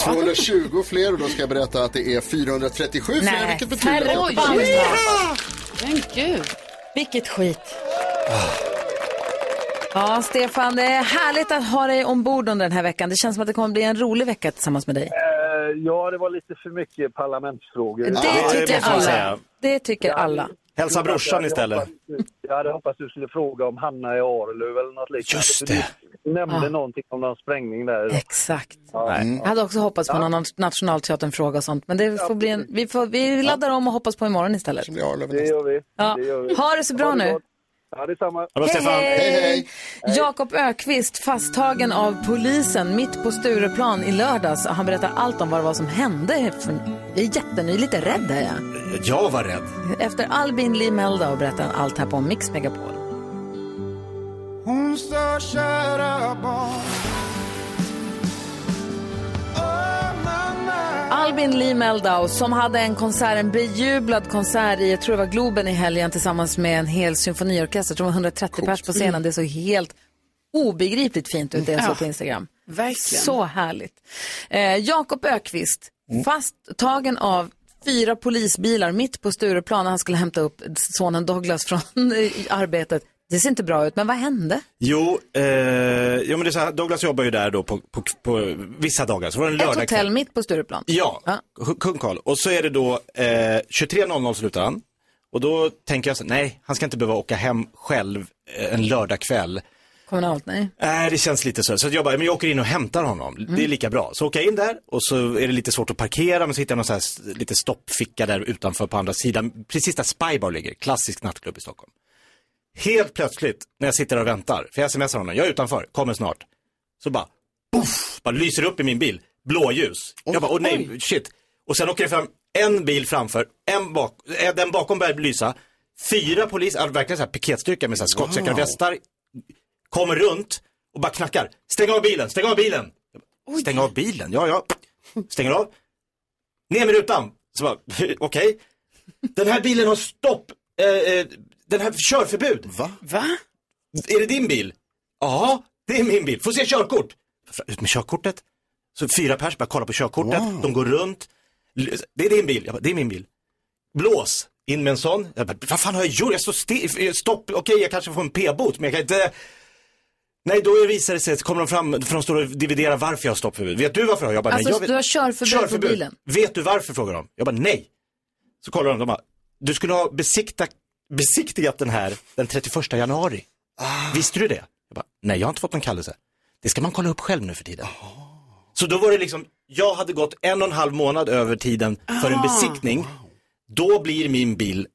220 fler och då ska jag berätta att det är 437 fler
Nej,
vilket betyder...
färre.
att-
Oj, oj, oj.
Men gud.
Vilket skit.
Ah.
Ja, Stefan, det är härligt att ha dig ombord under den här veckan. Det känns som att det kommer bli en rolig vecka tillsammans med dig.
Eh, ja, det var lite för mycket parlamentsfrågor.
Det tycker alla. Det tycker alla.
Hälsa brorsan istället.
Jag hade hoppats du skulle fråga om Hanna i Arlöv eller något liknande. Just det. nämnde
Ja.
någonting om någon sprängning där.
Exakt.
Ja.
Mm.
Mm.
Jag hade också hoppats på
Ja.
någon annan nationalteatern-fråga och sånt. Men det får bli en, vi, får, vi laddar om och hoppas på imorgon istället.
Det gör vi.
Ja.
Det gör vi.
Ha det så bra nu.
gott. Ja, detsamma.
Jakob Ökvist fasttagen av polisen mitt på Stureplan i lördags. Han berättar allt om vad det var som hände. Jag är jätteny, lite rädd är jag.
Jag var rädd.
Efter Albin Limelda berättar allt här på Mix Megapol.
Hon sa kära barn
Albin Lee Meldau som hade en konsert, en bejublad konsert i, jag tror det var Globen i helgen tillsammans med en hel symfoniorkester, jag tror det var 130 pers på scenen.
Mm.
Det såg helt obegripligt fint ut det jag
Ja.
såg på Instagram.
Verkligen.
Så härligt. Eh, Jakob Ökvist
Mm.
fasttagen av fyra polisbilar mitt på Stureplan när han skulle hämta upp sonen Douglas från eh, arbetet. Det ser inte bra ut, men vad hände?
Jo, eh, jo men det är så här, Douglas jobbar ju där då på, på, på vissa dagar. Så var det en
Ett
lördag
hotell mitt på Stureplan.
Ja, kung Karl. Och så är det då eh, 23.00 slutar han. Och då tänker jag så nej, han ska inte behöva åka hem själv eh, en lördagkväll.
Kommunalt, nej.
Nej, det känns lite så. Så att jag bara, men jag åker in och hämtar honom. Det är lika bra. Så åker jag in där och så är det lite svårt att parkera, men så hittar jag någon så här s- lite stoppficka där utanför på andra sidan. Precis där Spybar ligger, klassisk nattklubb i Stockholm. Helt plötsligt, när jag sitter där och väntar, för jag smsar honom, jag är utanför, kommer snart. Så bara, poff, bara lyser upp i min bil, blåljus. jag bara, åh nej, shit. Och sen åker det fram en bil framför, en bak, eh, den bakom börjar lysa. Fyra poliser, ja, verkligen så här piketstyrka med så här skottsäkra
Wow.
västar, kommer runt och bara knackar. Stäng av bilen, stäng av bilen. Stäng av bilen, ja ja. Stänger av. Ner med rutan. Så bara, okej. Den här bilen har stopp, eh, eh, den här körförbud. Va?
Va?
Är det din bil? Ja, det är min bil. Får se körkort. Ut med körkortet. Så fyra pers bara kollar på körkortet, de går runt. L- Det är din bil, jag bara, det är min bil. Blås, in med en sån. Jag bara, vad fan har jag gjort? Jag står still, stopp, okej jag kanske får en p-bot men jag kan inte Nej, då visar det sig, att kommer de fram, för de står och dividerar varför jag har stoppförbud. Vet du varför jag har? Jag bara,
Alltså,
nej, jag vet...
du har körförbud på bilen.
Vet du varför, frågar de. Jag bara, nej. Så kollar de, de bara, du skulle ha besikta, besiktigat den här den 31 januari. Visste du det? Jag bara, nej, jag har inte fått någon kallelse. Det ska man kolla upp själv nu för tiden. Så då var det liksom, jag hade gått en och en halv månad över tiden för en
Ah.
besiktning. Då blir min bil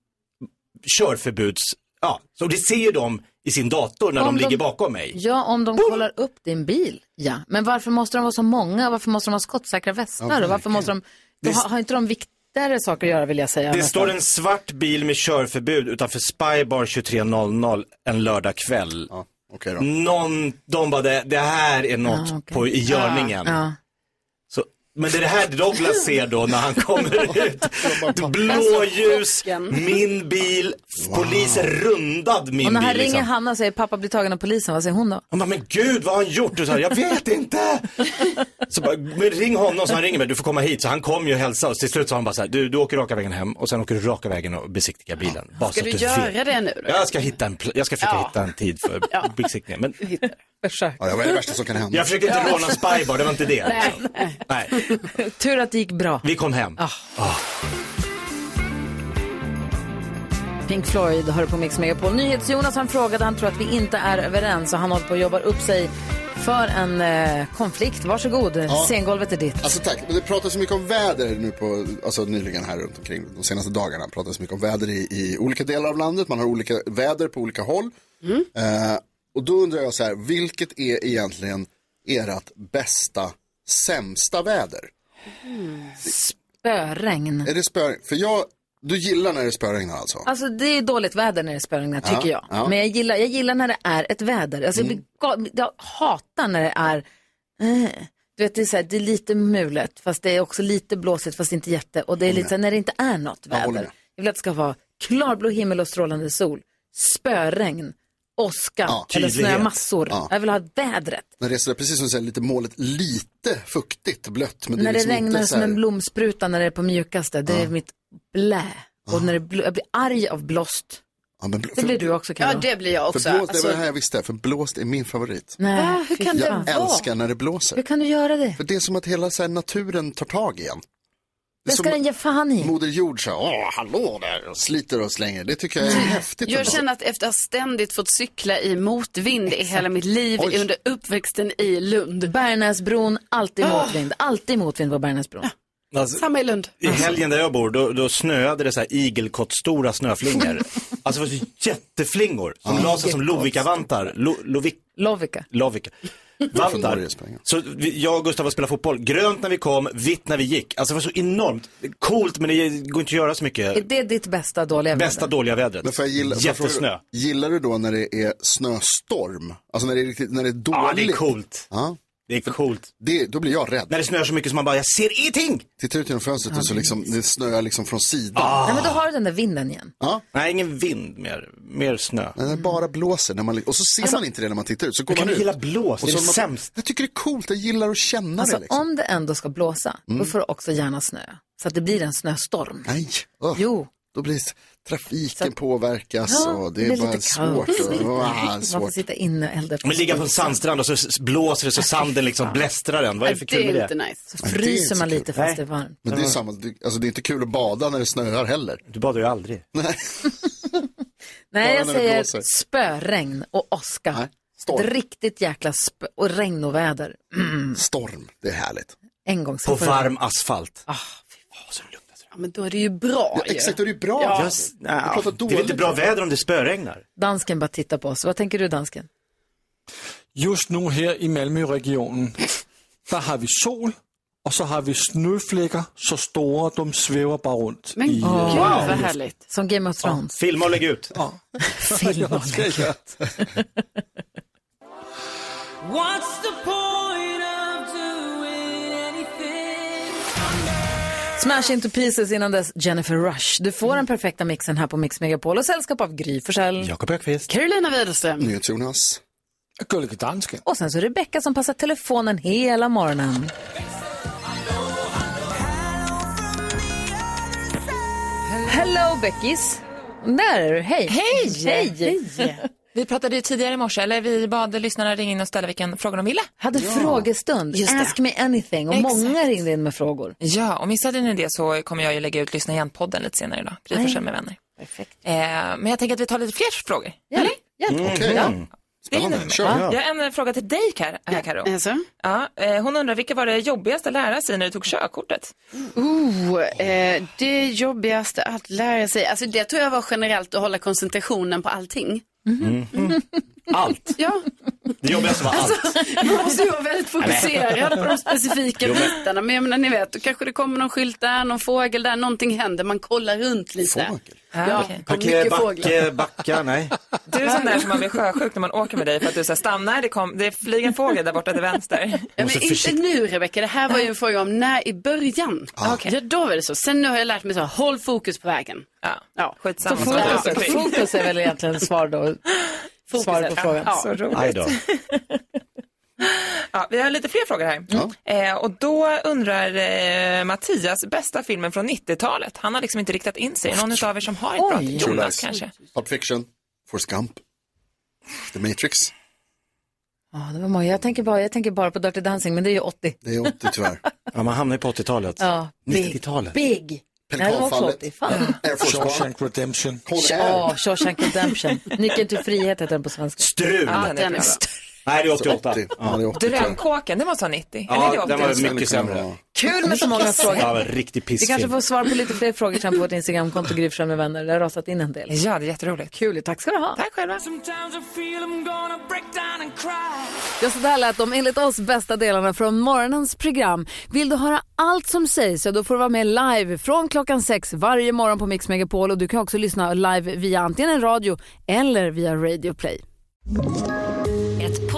körförbuds, ja, så det ser ju de i sin dator när
Om
de
de-
ligger bakom mig.
Ja, om de kollar upp din bil. Ja. Men varför måste de vara så många? Varför måste de ha skottsäkra västar?
Ja,
och varför måste de... Då
Det-
har, har inte de viktigare saker att göra vill jag säga.
Det
nästan.
står en svart bil med körförbud utanför Spybar 23.00 en lördag kväll. Någon, de bara, det, det här är något på, i görningen.
Ja.
Så, men det är det här Douglas ser då när han kommer ut.
Alltså,
Blåljus, min bil, polisen rundad min
Och när han
bil.
ringer
Liksom.
Hanna och säger pappa blir tagen av polisen, vad säger hon då?
Han bara, men gud vad har han gjort? Och så här, jag vet inte. Så bara, men ring honom så han ringer mig, du får komma hit. Så han kom ju och hälsade oss. Till slut sa han bara så här, du, du åker raka vägen hem och sen åker du raka vägen och besiktigar bilen. Bara
Ska
så
du
att vet.
göra det nu då?
Jag ska, hitta en pl- jag ska försöka hitta en tid för besiktningen. Men...
Försök.
Ja, vad är det värsta som kan hända?
Jag försökte inte
Ja.
råna Spybar, det var inte det.
Nej,
Nej.
Tur att det gick bra. Ah.
Vi kom hem.
Pink Floyd hör på Mix Megapol. NyhetsJonas han frågade, han tror att vi inte är överens och han håller på och jobbar upp sig för en eh, konflikt. Varsågod, scengolvet är ditt.
Alltså tack, men det pratas så mycket om väder nu på, alltså nyligen här runt omkring de senaste dagarna. Det pratas mycket om väder i, i olika delar av landet, man har olika väder på olika håll.
Mm.
Eh, och då undrar jag så här, vilket är egentligen ert bästa, sämsta väder?
Spöregn.
Är det spö... För jag, du gillar när det spöregnar alltså?
Alltså det är dåligt väder när det spöregnar
Ja,
tycker jag.
ja. Mm.
Men jag gillar, jag gillar när det är ett väder. Alltså, jag, blir gal- jag hatar när det är, eh, du vet det är, så här, det är lite mulet fast det är också lite blåsigt fast inte jätte. Och det är lite så här, när det inte är något
Mm. Jag håller
väder.
med.
Jag vill att det ska vara klarblå himmel och strålande sol, spöregn, åska
Ja,
eller
tydlighet.
snömassor.
Ja.
Jag vill ha vädret.
När det är sådär, precis som du säger, lite målet, lite fuktigt, blött. Men det
när
är
det
liksom
regnar
inte så
som
här...
en blomspruta när det är på mjukaste, det är mitt blä. Och när det bl- jag blir arg av blåst.
Ja, men blå-
Det blir du också Karin.
Ja, det blir jag också.
För blåst,
Alltså-
Det var det här jag visste, för blåst är min favorit.
Nej, Va? Hur fy kan det
jag
vara?
älskar när det blåser.
Hur kan du göra det?
För det är som att hela så här, naturen tar tag igen.
Det ska den ge fan i.
Moder Jord så här, åh, hallå där, och sliter och slänger. Det tycker jag är häftigt.
Jag
ändå.
känner att efter att ha ständigt fått cykla i motvind i hela mitt liv under uppväxten i Lund.
Bärnäsbron, alltid
Ah.
motvind. Alltid motvind på Bärnäsbron.
Alltså,
Samma i Lund.
I helgen där jag bor, då, då snöade det så här igelkottstora snöflingor. alltså det var så jätteflingor som la sig som Lovikka-vantar. Lo, Lovik,
Lovika.
Lovika.
Från
Vantar.
Norges pengar.
Så vi, jag och Gustav var och spelade fotboll. Grönt när vi kom, vitt när vi gick. Alltså det var så enormt coolt men det går inte att göra så
Är
mycket.
det ditt bästa dåliga väder?
Bästa dåliga vädret.
Men får jag gilla, får jag fråga-
Jättesnö.
Gillar du då när det är snöstorm? Alltså när det är, riktigt, när det är dåligt?
Ja, det är coolt.
Ja.
Det är coolt.
Det, då blir jag rädd.
När det snöar så mycket som man bara, jag ser ingenting!
Tittar ut genom fönstret och så liksom, det snöar liksom från sidan.
Ah.
Nej, men då har du den där vinden igen.
Ja.
Nej, ingen vind mer. Mer snö.
När det bara blåser. När man, li- och så
Alltså-
ser man inte det när man tittar ut. Så går
jag kan
man ut.
gilla blås,
Och
det är
så
det
man-
sämsta.
Jag tycker det är coolt. Jag gillar att känna
Alltså
det liksom.
om det ändå ska blåsa, då
Mm.
får det också gärna snö. Så att det blir en snöstorm.
Nej. Oh.
Jo.
Då blir trafiken påverkas
Ja,
och
det
det är
blir
bara
lite
svårt.
kallt.
Och, oh,
Man får
svårt.
sitta inne och elda upp.
Men ligga på en sandstrand och så s- blåser det så sanden liksom blästrar den. Vad är det för kul med det?
nice.
Så fryser man lite fast det är varmt.
Men det är samma, det- alltså det är inte kul att bada när det snöar heller.
Du badar ju aldrig.
Nej.
Nej,
Bara
jag
när det
säger
blåser.
spöregn och åska.
storm.
Ett riktigt jäkla spö och regn och väder. Mm.
Storm, det är härligt.
En gång
På
så får jag-
varm asfalt.
Ah,
Ja, men då är det ju bra
Ja, exakt, då är det ju bra.
Ja.
Jag s- nja, det är väl inte bra väder om det spöregnar?
Dansken bara tittar på oss. Vad tänker du dansken?
Just nu her i Malmø-regionen, der har vi sol, og så har vi snøflækker, så store, de svæver bare rundt.
Men gud,
øh,
vad
luften.
härligt.
Som Game of Thrones.
Filma och lägg ut.
Filma och lägg
ut.
What's the point of doing anything?
Smash into pieces innan dess Jennifer Rush. Du får den perfekta mixen här på Mix Megapol och sällskap av Gry Forssell.
Jakob Ökvist.
Carolina Widerström.
NyhetsJonas.
Gullige danske.
Och sen så Rebecca som passar telefonen hela morgonen. Hello Beckis! Där är du, hej!
Hej!
Hej!
Vi pratade ju tidigare i morse, eller vi bad lyssnarna ringa in och ställa vilken fråga de ville.
Hade frågestund,
Just det.
Ask me anything och
Exakt.
många ringde in med frågor.
Ja, och missade ni det så kommer jag ju lägga ut Lyssna igen-podden lite senare idag. Gry
Nej.
Forssell med vänner. Perfekt. Eh, men jag tänker att vi tar lite fler frågor. eller?
Mm, okej.
Ja.
Mm.
Det hinner vi med.
Kör. Ja.
Jag har en eh, fråga till dig, Kar- här, Karo. Ja, eh, hon undrar, vilket var det jobbigaste att lära sig när du tog körkortet?
Oh, eh, det jobbigaste att lära sig, alltså det tror jag var generellt att hålla koncentrationen på allting.
Allt.
Ja.
Mm,
alltså,
Det jobbigaste var
Alltså,
allt.
Man måste ju vara väldigt fokuserad på de specifika
Jo, men-
bitarna. Men jag menar, ni vet, då kanske det kommer någon skylt där, någon fågel där, någonting händer, man kollar runt lite. Fågel? Ah, Ja,
Parker,
mycket
backe,
fåglar.
backa, nej.
Du är sån där som man blir sjösjuk när man åker med dig för att du säger stanna, det, kom, det flyger en fågel där borta till vänster.
Ja, men inte nu Rebecka, det här var ju en fråga om när i början. Ja, då var det så. Sen nu har jag lärt mig så, här, håll fokus på vägen.
Ja,
ja.
Så fokus, fokus är väl egentligen svar då? Svar på frågan.
Ja, så roligt.
Aj då.
Ja, vi har lite fler frågor här. Eh, och då undrar eh, Mattias, bästa filmen från 90-talet? Han har liksom inte riktat in sig. Någon av er som har ett bra tips? Jonas kanske?
Pulp Fiction, Forrest Gump, The Matrix.
Ja, det var många. Jag tänker, bara, jag tänker bara på Dirty Dancing, men det är ju 80.
Det är 80 tyvärr.
Ja, man hamnar ju på 80-talet.
Ja, big.
90-talet.
Big! Nej, det var också 80. Fan.
Shawshank Redemption.
Ja, Shawshank Redemption. Nyckeln till frihet heter den på svenska.
Strul!
Ja, den är bra.
Nej, det är 88. Ja,
det är
Drömkåken, den var så 90. Eller
Ja,
är det
den var
80?
mycket sämre.
Kul med så många frågor.
Ja, en riktig
Vi
pissfilm.
kanske får svar på lite fler frågor sen på vårt Instagramkonto Gry Forssell med vänner. Det har rasat in en del.
Ja, det är jätteroligt.
Kul, tack ska du ha.
Tack själva.
Sometimes I feel I'm gonna break down and cry.
Ja, så där lät de enligt oss bästa delarna från morgonens program. Vill du höra allt som sägs så då får du vara med live från klockan sex varje morgon på Mix Megapol och du kan också lyssna live via antingen en radio eller via Radio Play.
Ett